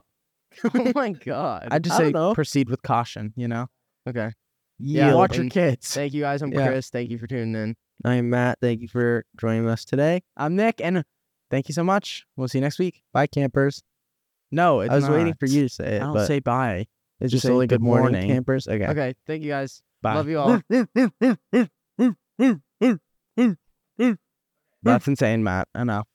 S1: my god.
S2: I'd just
S6: I
S2: say
S6: don't know.
S2: proceed with caution, you know?
S1: okay.
S2: Yeah.
S1: Yield.
S2: Watch your
S1: And-
S2: kids.
S1: Thank you guys. I'm
S6: Yeah.
S1: Chris. Thank you for tuning in.
S6: I am Matt. Thank you for joining us today.
S2: I'm Nick, and uh, thank you so much. We'll see you next week.
S6: Bye, campers.
S2: No, it's
S6: I was
S2: not.
S6: waiting for you to say
S2: I
S6: it,
S2: don't
S6: but
S2: say bye.
S6: it's
S2: just
S6: just
S2: say
S6: only
S2: good
S6: good morning,
S2: morning.
S6: campers. Okay.
S1: Okay. Thank you guys.
S2: Bye.
S1: Love you all.
S2: That's insane, Matt. Enough.